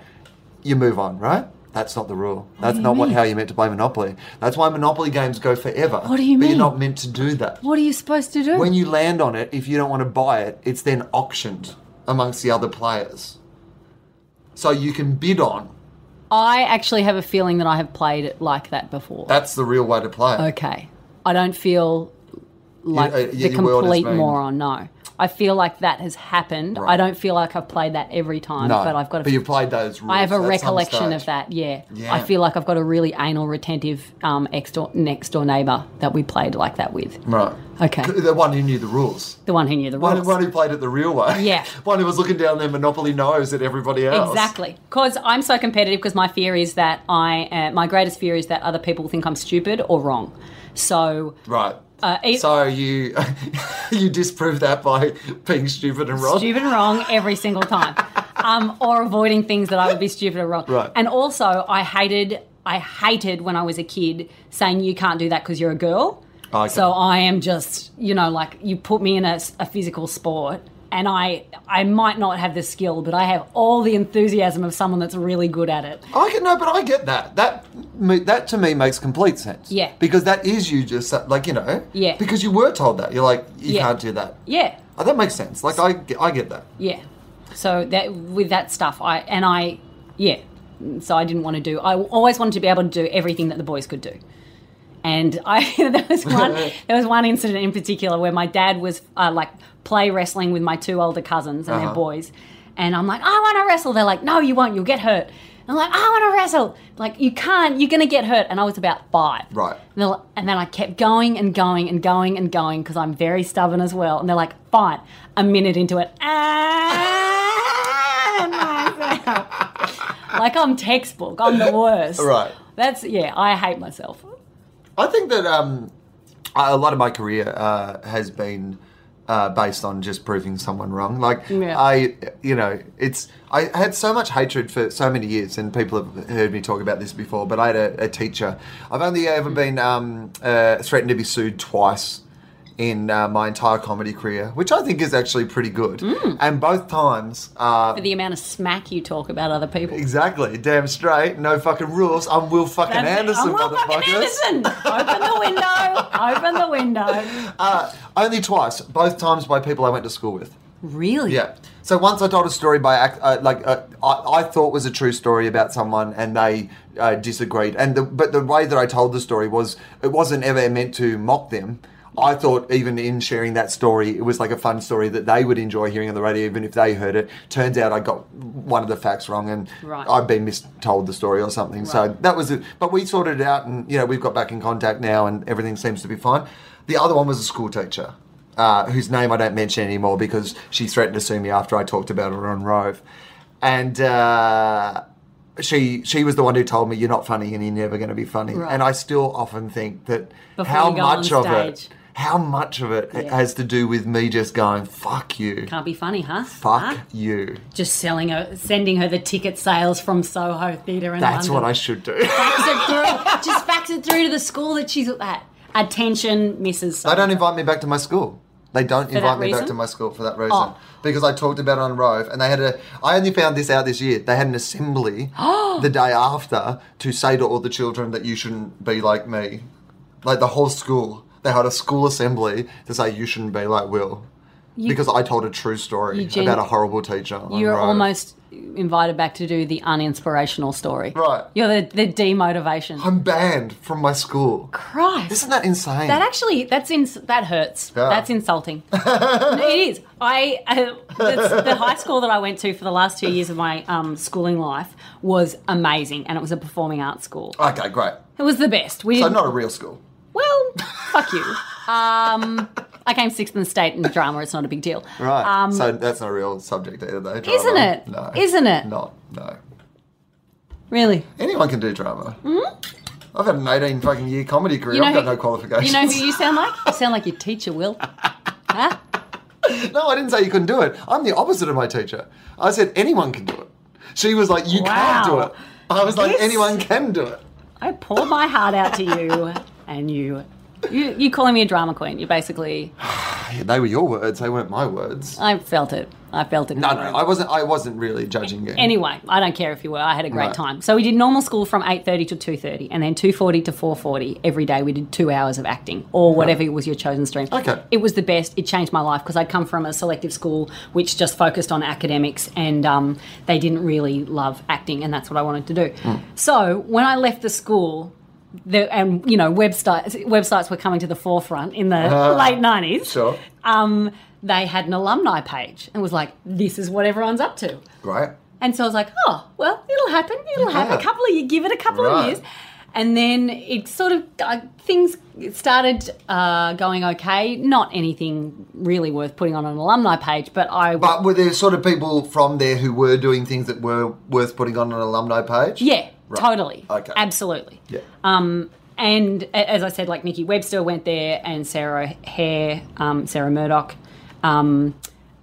C: you move on, right? That's not the rule. That's not what, how you're meant to play Monopoly. That's why Monopoly games go forever. What
D: do you
C: But
D: mean?
C: you're not meant to do that.
D: What are you supposed to do?
C: When you land on it, if you don't want to buy it, it's then auctioned amongst the other players. So you can bid on.
D: I actually have a feeling that I have played it like that before.
C: That's the real way to play. it.
D: okay. I don't feel like
C: uh, yeah,
D: the
C: your world is
D: complete
C: made.
D: moron, no. I feel like that has happened.
C: Right.
D: I don't feel like I've played that every time,
C: No,
D: but I've got a
C: But you played those rules.
D: I have a
C: at some
D: recollection
C: stage.
D: of that. Yeah.
C: Yeah.
D: I feel like I've got a really anal retentive um, ex door, next door neighbour that we played like that with.
C: Right.
D: Okay.
C: The one who knew the rules.
D: The one who knew the
C: One,
D: rules.
C: one who played it the real way.
D: Yeah.
C: <laughs> one who was looking down their Monopoly nose at everybody else.
D: Exactly, because I'm so competitive. Because my fear is that I, uh, my greatest fear is that other people think I'm stupid or wrong. So
C: Right.
D: Uh, it-
C: so you <laughs> you disprove that by <laughs> being stupid and wrong.
D: stupid and wrong every
C: <laughs>
D: single time, um, or avoiding things that I would be stupid or wrong.
C: Right.
D: And also, I hated, I hated when I was a kid saying you can't do that because you're a girl.
C: Oh, Okay.
D: So I am just, you know, like you put me in a, s- a physical sport. And I, I might not have the skill, but I have all the enthusiasm of someone that's really good at it.
C: I can no, but I get that. That me- that to me makes complete sense.
D: Yeah.
C: Because that is you just sa- like you know.
D: Yeah.
C: Because you were told that you're like you
D: Yeah.
C: can't do that.
D: Yeah.
C: Oh, that makes sense. Like I get- I get that.
D: Yeah. So that with that stuff, I and I, yeah. So I didn't want to do. I always wanted to be able to do everything that the boys could do. And I <laughs> there
C: <laughs>
D: was one there was one incident in particular where my dad was uh, like play wrestling with my two older cousins and
C: Uh-huh.
D: their boys, and I'm like, I want to wrestle. They're like, No, you won't. You'll get hurt. I'm like, I want to wrestle. Like you can't. You're gonna get hurt. And I was about five.
C: Right.
D: And, they're like- and then I kept going and going and going and going because I'm very stubborn as well. And they're like, fine. A minute into it, <laughs> and myself. like I'm textbook. I'm the worst.
C: Right.
D: That's yeah. I hate myself.
C: I think that um, a lot of my career uh, has been uh, based on just proving someone wrong. Like
D: Yeah.
C: I, you know, it's I had so much hatred for so many years, and people have heard me talk about this before. But I had a, a teacher. I've only
D: Mm.
C: ever been um, uh, threatened to be sued twice. In uh, my entire comedy career, which I think is actually pretty good,
D: Mm.
C: and both times uh,
D: For the amount of smack you talk about other people.
C: exactly damn straight, no fucking rules. I'm Will fucking
D: That's it.
C: Anderson,
D: I'm Will fucking
C: motherfuckers.
D: Anderson. Open the window. Open the window.
C: <laughs> Uh, only twice, both times by people I went to school with.
D: Really?
C: Yeah. So once I told a story by ac- uh, like uh, I, I thought was a true story about someone, and they uh, disagreed. And the, but the way that I told the story was it wasn't ever meant to mock them. I thought even in sharing that story, it was like a fun story that they would enjoy hearing on the radio, even if they heard it. Turns out I got one of the facts wrong, and
D: Right.
C: I've been mistold the story or something. So that was it. But we sorted it out, and you know we've got back in contact now, and everything seems to be fine. The other one was a school teacher uh, whose name I don't mention anymore because she threatened to sue me after I talked about her on Rove. And uh, she she was the one who told me you're not funny and you're never going to be funny.
D: Right.
C: And I still often think that
D: Before
C: how
D: you go on
C: much of it,
D: stage.
C: how much of it
D: Yeah.
C: has to do with me just going fuck you,
D: Can't be funny, huh?
C: fuck
D: Huh?
C: you.
D: Just selling her, sending her the ticket sales from Soho Theatre in
C: That's
D: London.
C: what I should do.
D: fax it through. Just fax it through to the school that she's at. Attention, Mrs.
C: They don't invite me back to my school. They don't invite me back
D: reason?
C: to my school for that reason
D: Oh.
C: because I talked about it on Rove, and they had a. I only found this out this year. They had an
D: <gasps>
C: assembly the day after to say to all the children that you shouldn't be like me, like the whole school. They had a school assembly to say you shouldn't be like Will because I told a true story
D: You gen-
C: about a horrible teacher. on
D: You're
C: Rove.
D: almost invited back to do the uninspirational story.
C: Right.
D: You're the, the demotivation.
C: I'm banned from my school.
D: Christ.
C: Isn't that insane?
D: That actually, that's in, that hurts.
C: Yeah.
D: That's
C: <laughs>
D: insulting. No, it is. I uh, the, the high school that I went to for the last two years of my um, schooling life was amazing, and it was a performing arts school.
C: okay, great.
D: It was the best. We
C: So
D: didn't-
C: not a real school.
D: well, fuck you. Um, I came sixth in the state in drama. It's not a big deal.
C: Right. so that's not a real subject either, though. Drama.
D: Um, Isn't it?
C: No.
D: Isn't it?
C: Not. No.
D: Really.
C: Anyone can do drama. I've had an 18 fucking year comedy career. I've got
D: who-
C: no qualifications.
D: Hmm? You know who you sound like? You sound like your teacher, Will. Huh?
C: <laughs> no, I didn't say you couldn't do it. I'm the opposite of my teacher. I said anyone can do it. She was like, you can't do
D: Wow.
C: it. I was like,
D: This-
C: anyone can do it.
D: I pour my heart out to you, and you, you, you calling me a drama queen. You're basically
C: they were your words. They weren't my words.
D: I felt it. I felt it.
C: No, no, I wasn't. I wasn't really judging you.
D: Anyway, I don't care if you were. I had a great
C: Right.
D: time. So we did normal school from 8:30 to 2:30 and then 2:40 to 4:40 every day we did 2 hours of acting or whatever was your chosen stream.
C: Okay.
D: It was the best. It changed my life because I'd come from a selective school which just focused on academics and um, they didn't really love acting and that's what I wanted to do.
C: Hmm.
D: So, when I left the school the, and you know websites websites were coming to the forefront in the late 90s
C: Uh-huh. sure.
D: um, they had an alumni page and was like, this is what everyone's up to.
C: Right.
D: And so I was like, oh, well, it'll happen. It'll happen. A
C: Yeah.
D: couple of you give it a couple
C: Right.
D: of years. And then it sort of, uh, things started uh, going okay. Not anything really worth putting on an alumni page, but I.
C: But were there sort of people from there who were doing things that were worth putting on an alumni page?
D: yeah, Uh,
C: Right.
D: totally.
C: Okay.
D: Absolutely.
C: Yeah.
D: Um, and a- as I said, like Nikki Webster went there, and Sarah Hare, um, Sarah Murdoch. Um,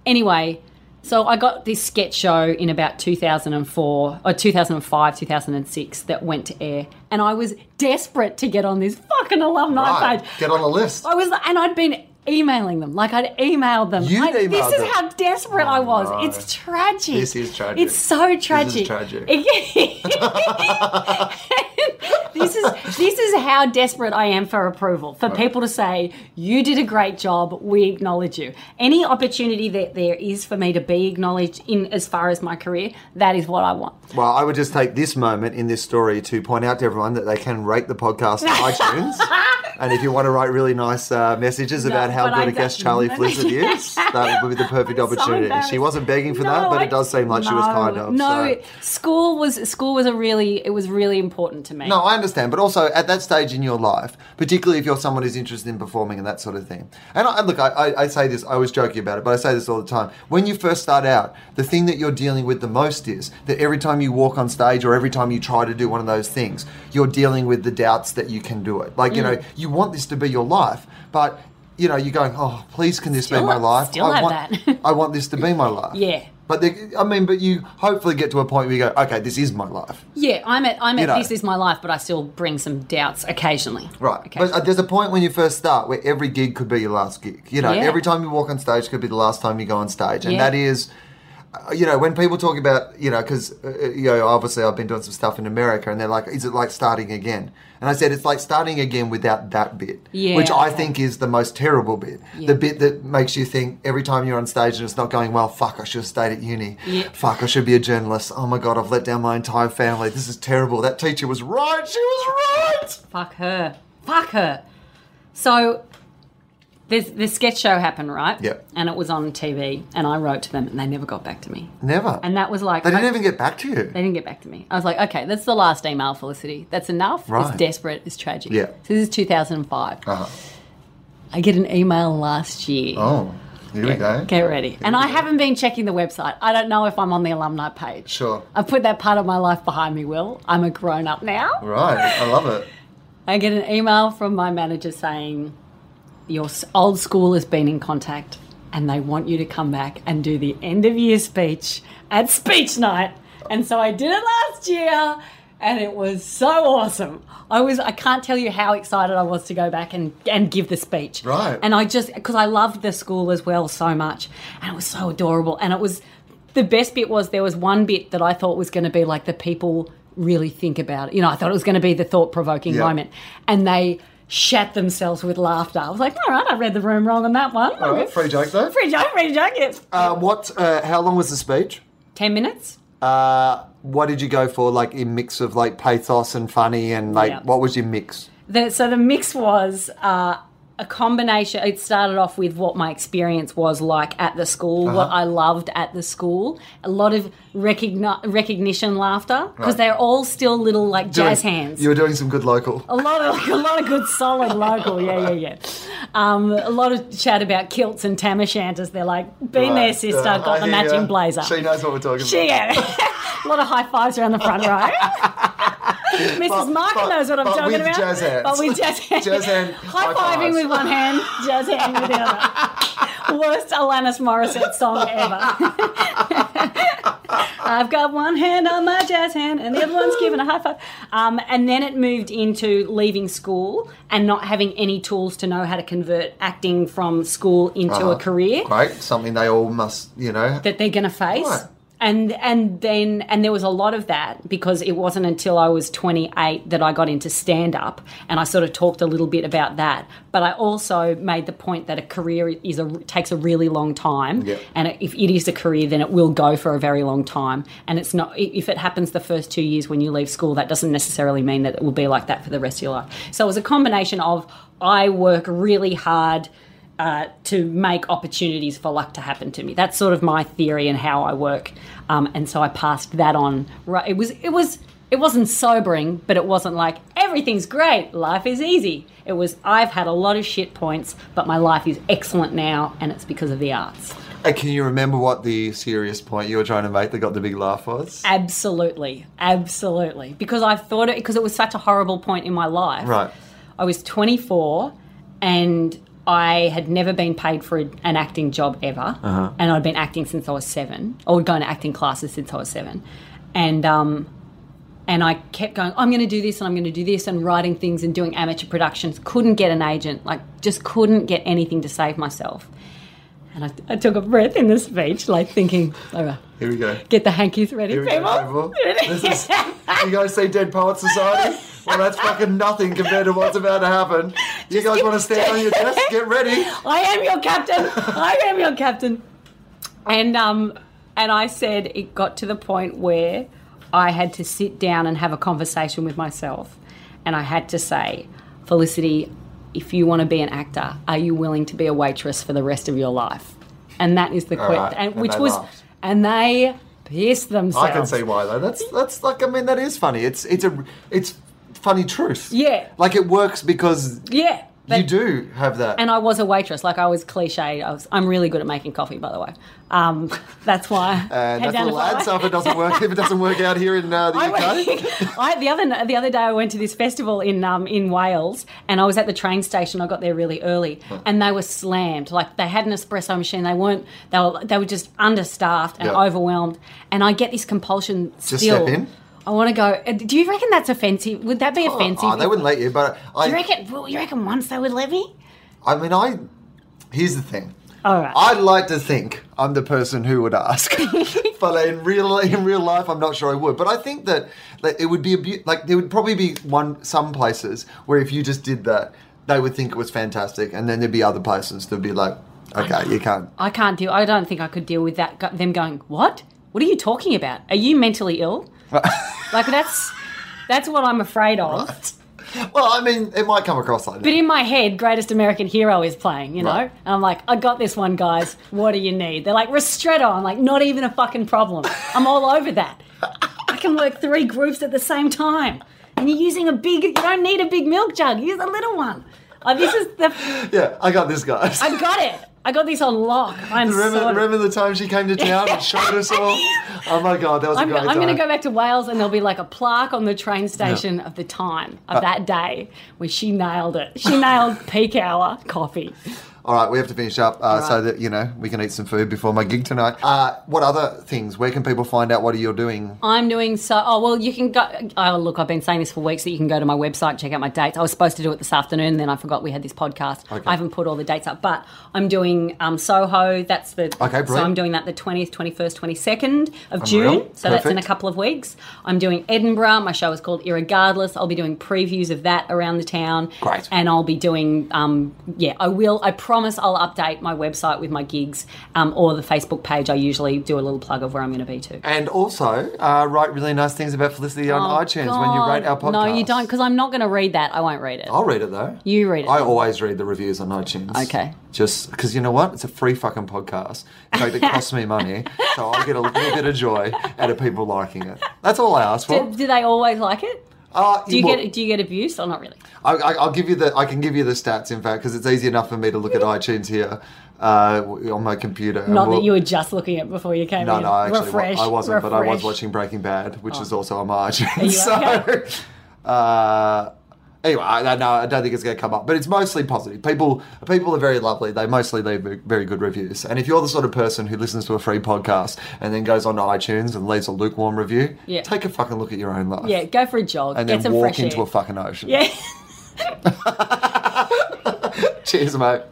D: anyway, so I got this sketch show in about 2004 or 2005, 2006 that went to air, and I was desperate to get on this fucking alumni
C: right.
D: page.
C: Get on a list.
D: I was, and I'd been emailing them, like I'd emailed them.
C: You'd
D: I- this
C: emailed
D: is
C: them. Oh,
D: how desperate I was.
C: no.
D: It's tragic.
C: This is tragic.
D: It's so tragic.
C: tragic.
D: <laughs> this is this is how desperate I am for approval. For people to say you did a great job, we acknowledge you. Any opportunity that there is for me to be acknowledged in as far as my career, that is what I want.
C: Well, I would just take this moment in this story to point out to everyone that they can rate the podcast on
D: <laughs>
C: iTunes. And if you want to write really nice uh, messages about how
D: but
C: good
D: I
C: a guest
D: don't-
C: Charlie Flizzard
D: <laughs>
C: is, that would be the perfect
D: I'm so
C: opportunity. she
D: embarrassed.
C: wasn't begging for
D: No,
C: that, but
D: I-
C: it does seem like she was
D: no,
C: kind of.
D: No,
C: so.
D: school was school was a really it was really important to me.
C: No, I understand, but also at that stage in your life, particularly if you're someone who's interested in performing and that sort of thing. And, I, and look, I, I, I say this, I was joking about it, but I say this all the time. When you first start out, the thing that you're dealing with the most is that every time you walk on stage or every time you try to do one of those things, you're dealing with the doubts that you can do it. Like, you
D: Mm.
C: know, you want this to be your life, but. You know, you're going, oh, please, can this be
D: Still-
C: my life?
D: still
C: I
D: have
C: want,
D: that."
C: <laughs> I want this to be my life.
D: Yeah.
C: But the, I mean, but you hopefully get to a point where you go, okay, this is my life.
D: Yeah, I'm at I'm at
C: You know.
D: this is my life, but I still bring some doubts occasionally.
C: Right. But uh,
D: Occasionally.
C: there's a point when you first start where every gig could be your last gig. You know,
D: Yeah.
C: every time you walk on stage could be the last time you go on stage. And
D: Yeah.
C: that is, uh, you know, when people talk about, you know, because, uh, you know, obviously I've been doing some stuff in America and they're like, is it like starting again? And I said, it's like starting again without that bit,
D: Yeah,
C: which I
D: okay.
C: think is the most terrible bit.
D: Yeah.
C: The bit that makes you think every time you're on stage and it's not going well, fuck, I should have stayed at uni.
D: Yeah.
C: Fuck, I should be a journalist. Oh my God, I've let down my entire family. This is terrible. That teacher was right. She was right.
D: fuck her, fuck her. So this this sketch show happened, right?
C: Yep.
D: And it was on TV, and I wrote to them, and they never got back to me.
C: Never.
D: And that was like
C: They didn't
D: I-
C: even get back to you.
D: They didn't get back to me. I was like, okay, that's the last email, Felicity. That's enough.
C: Right.
D: It's desperate. It's tragic.
C: Yeah.
D: So this is 2005.
C: Uh-huh.
D: I get an email last year.
C: Oh, here we go.
D: Get ready. And I haven't been checking the website. I don't know if I'm on the alumni page.
C: Sure.
D: I've put that part of my life behind me, Will. I'm a grown up now.
C: Right, I love
D: <laughs>
C: it.
D: I get an email from my manager saying, Your s- old school has been in contact and they want you to come back and do the end of year speech at speech night. And so I did it last year and it was so awesome. I was I can't tell you how excited I was to go back and, and give the speech.
C: Right.
D: And I just because I loved the school as well so much and it was so adorable and it was the best bit was there was one bit that I thought was going to be like the people really think about it. You know, I thought it was going to be the thought provoking
C: Yeah.
D: moment. And they shat themselves with laughter. I was like, all right, I read the room wrong on that one.
C: All right, free joke though.
D: Free joke, free joke. Yes.
C: Uh, what? Uh, how long was the speech?
D: 10 minutes.
C: Uh, what did you go for? Like in mix of like pathos and funny and like
D: Yeah.
C: what was your mix?
D: The, so the mix was uh, a combination. It started off with what my experience was like at the school,
C: Uh-huh.
D: what I loved at the school. A lot of recogni- recognition laughter because
C: Right.
D: they're all still little like jazz
C: Doing-
D: hands. Oh,
C: You were doing some good local.
D: a lot of <laughs> a lot of good solid local. Yeah, yeah, yeah. Um, a lot of chat about kilts and tam o' shanters. They're like, been there, sister.
C: Yeah,
D: got
C: I
D: the
C: hear
D: matching
C: ya.
D: blazer.
C: She knows what we're talking
D: She,
C: about.
D: yeah. <laughs> a lot of high fives around the
C: <laughs>
D: front row. Mrs.
C: But-
D: Marker
C: but-
D: knows what I'm
C: but
D: talking
C: with
D: about.
C: jazz hands.
D: But
C: <laughs>
D: with jazz hands.
C: Jazz hand, high
D: <laughs> High fiving
C: fives.
D: with one hand, jazz hand with the
C: <laughs>
D: other. Worst Alanis Morissette song ever. <laughs> I've got one hand on my jazz hand and the other one's giving a high five. Um, and then it moved into leaving school and not having any tools to know how to convert acting from school into
C: Uh-huh.
D: a career
C: Great. Something they all must, you know.
D: that they're going to face.
C: Right.
D: And and then and there was a lot of that because it wasn't until I was 28 that I got into stand up and I sort of talked a little bit about that. But I also made the point that a career is a takes a really long time,
C: Yeah.
D: and if it is a career, then it will go for a very long time. And it's not i- if it happens the first two years when you leave school, that doesn't necessarily mean that it will be like that for the rest of your life. So it was a combination of I work really hard uh, to make opportunities for luck to happen to me. That's sort of my theory and how I work. Um, and so I passed that on. Right, it was it was it wasn't sobering, but it wasn't like everything's great, life is easy. It was I've had a lot of shit points, but my life is excellent now, and it's because of the arts.
C: And can you remember what the serious point you were trying to make that got the big laugh was?
D: Absolutely, absolutely, because I thought it because it was such a horrible point in my life.
C: Right.
D: I was 24 and I had never been paid for an acting job ever. And I'd been acting since I was seven. I would go to acting classes since I was seven. And, um, and I kept going, I'm going to do this and I'm going to do this and writing things and doing amateur productions. Couldn't get an agent, like, just couldn't get anything to save myself. And I, I took a breath in the speech, like thinking, all right,
C: Here we go.
D: get the hankies ready,
C: Here we go,
D: <laughs> people.
C: people. This is- You guys see Dead Poet Society? Well, that's fucking nothing compared to what's about to happen. You guys want to stand on your desk? Get ready.
D: I am your captain. I am your captain. And um, and I said it got to the point where I had to sit down and have a conversation with myself, and I had to say, Felicity, if you want to be an actor, are you willing to be a waitress for the rest of your life? And that is the
C: All
D: question,
C: right.
D: and,
C: And
D: which
C: they
D: was,
C: laughed.
D: and they pissed themselves.
C: I can see why though. That's that's like I mean that is funny. It's it's a it's funny truth.
D: Yeah.
C: Like it works because
D: Yeah.
C: you
D: but-
C: do have that.
D: and I was a waitress. Like I was cliche. I was. I'm really good at making coffee, by the way. Um, <laughs> that's why.
C: and Uh, that's
D: down
C: what
D: to Fly.
C: adds up. It doesn't work if it doesn't work out here in uh, the
D: <laughs> I
C: UK.
D: went, <laughs> I, the other the other day, I went to this festival in um, in Wales, and I was at the train station. I got there really early, and they were slammed. Like they had an espresso machine. They weren't. They were they were just understaffed and
C: Yeah.
D: overwhelmed. And I get this compulsion
C: Just
D: still.
C: step in?
D: I want to go. uh, Do you reckon that's offensive? Would that be offensive?
C: Oh, they wouldn't let you. But
D: Do you
C: I
D: reckon? well, You reckon once they would let me?
C: I mean I here's the thing.
D: All right.
C: I'd like to think I'm the person who would
D: <laughs>
C: ask, but in real in real life, I'm not sure I would. But I think that, that it would be a bu- like there would probably be one some places where if you just did that, they would think it was fantastic, and then there'd be other places that'd be like, okay, you can't.
D: I can't deal. I don't think I could deal with that. go- Them going, what? What are you talking about? Are you mentally
C: <laughs>
D: ill? like that's that's what I'm afraid of.
C: Well, I mean, it might come across like
D: But
C: that.
D: in my head, Greatest American Hero is playing, you know?
C: Right.
D: And I'm like, I got this one, guys. What do you need? They're like, Ristretto. I'm like, not even a fucking problem. I'm all over that. I can work three groups at the same time. And you're using a big, you don't need a big milk jug, use a little one. Oh, this is the,
C: Yeah, I got this, guys.
D: I got it. I got this on lock.
C: <laughs>
D: I'm
C: remember,
D: sorted.
C: remember the time she came to town and showed us
D: <laughs>
C: all? Oh my god, that was
D: I'm,
C: a great
D: I'm going to
C: time.
D: go back to Wales and there'll be like a plaque on the train station of the time
C: Uh,
D: of that day where she nailed it. She nailed peak hour coffee.
C: All right, we have to finish up uh, so
D: right.
C: that you know we can eat some food before my gig tonight. Uh, what other things? Where can people find out what you're doing?
D: I'm doing so. Oh well, you can go. Oh look, I've been saying this for weeks that you can go to my website, check out my dates. I was supposed to do it this afternoon, then I forgot we had this podcast. I haven't put all the dates up, but I'm doing um, Soho. That's the
C: Okay,
D: So
C: brilliant.
D: I'm doing that the 20th, 21st, 22nd of June. So that's in a
C: Perfect.
D: couple of weeks. I'm doing Edinburgh. My show is called Irregardless. I'll be doing previews of that around the town.
C: Great.
D: And I'll be doing. Um, yeah, I will. I promise I'll update my website with my gigs um, or the Facebook page. I usually do a little plug of where I'm going to be too.
C: And also, uh, write really nice things about Felicity on
D: Oh,
C: iTunes when you rate our
D: God.
C: podcast. Oh.
D: No, you don't, because I'm not going to read that. I won't read it.
C: I'll read it though.
D: You read it.
C: I always read the reviews on iTunes.
D: Okay.
C: Just because you know what? It's a free fucking podcast. In fact, it
D: <laughs>
C: costs me money, so I get a little bit of joy out of people liking it. That's all I ask for.
D: do, do they always like it?
C: uh,
D: Do you
C: well, Uh,
D: get do you get abuse or not really?
C: I, I, I'll give you the. I can give you the stats, in fact, because it's easy enough for me to look at iTunes here uh, w- on my computer. and
D: Not
C: we'll-
D: that you were just looking at before you came
C: No,
D: in.
C: no, actually, wa-
D: refresh,
C: I wasn't, but I was
D: refresh. Oh.
C: <laughs> watching Breaking Bad, which is also on my iTunes.
D: you
C: so, uh, Anyway, I, I- no, I don't think it's going to come up, but it's mostly positive. People, people are very lovely. They mostly leave ve- very good reviews. And if you're the sort of person who listens to a free podcast and then goes onto iTunes and leaves a lukewarm review,
D: Yeah.
C: take a fucking look at your own life.
D: Yeah, go for a jog.
C: and
D: get
C: then
D: some
C: walk
D: fresh
C: into
D: air.
C: a fucking ocean.
D: yeah.
C: Cheers, mate.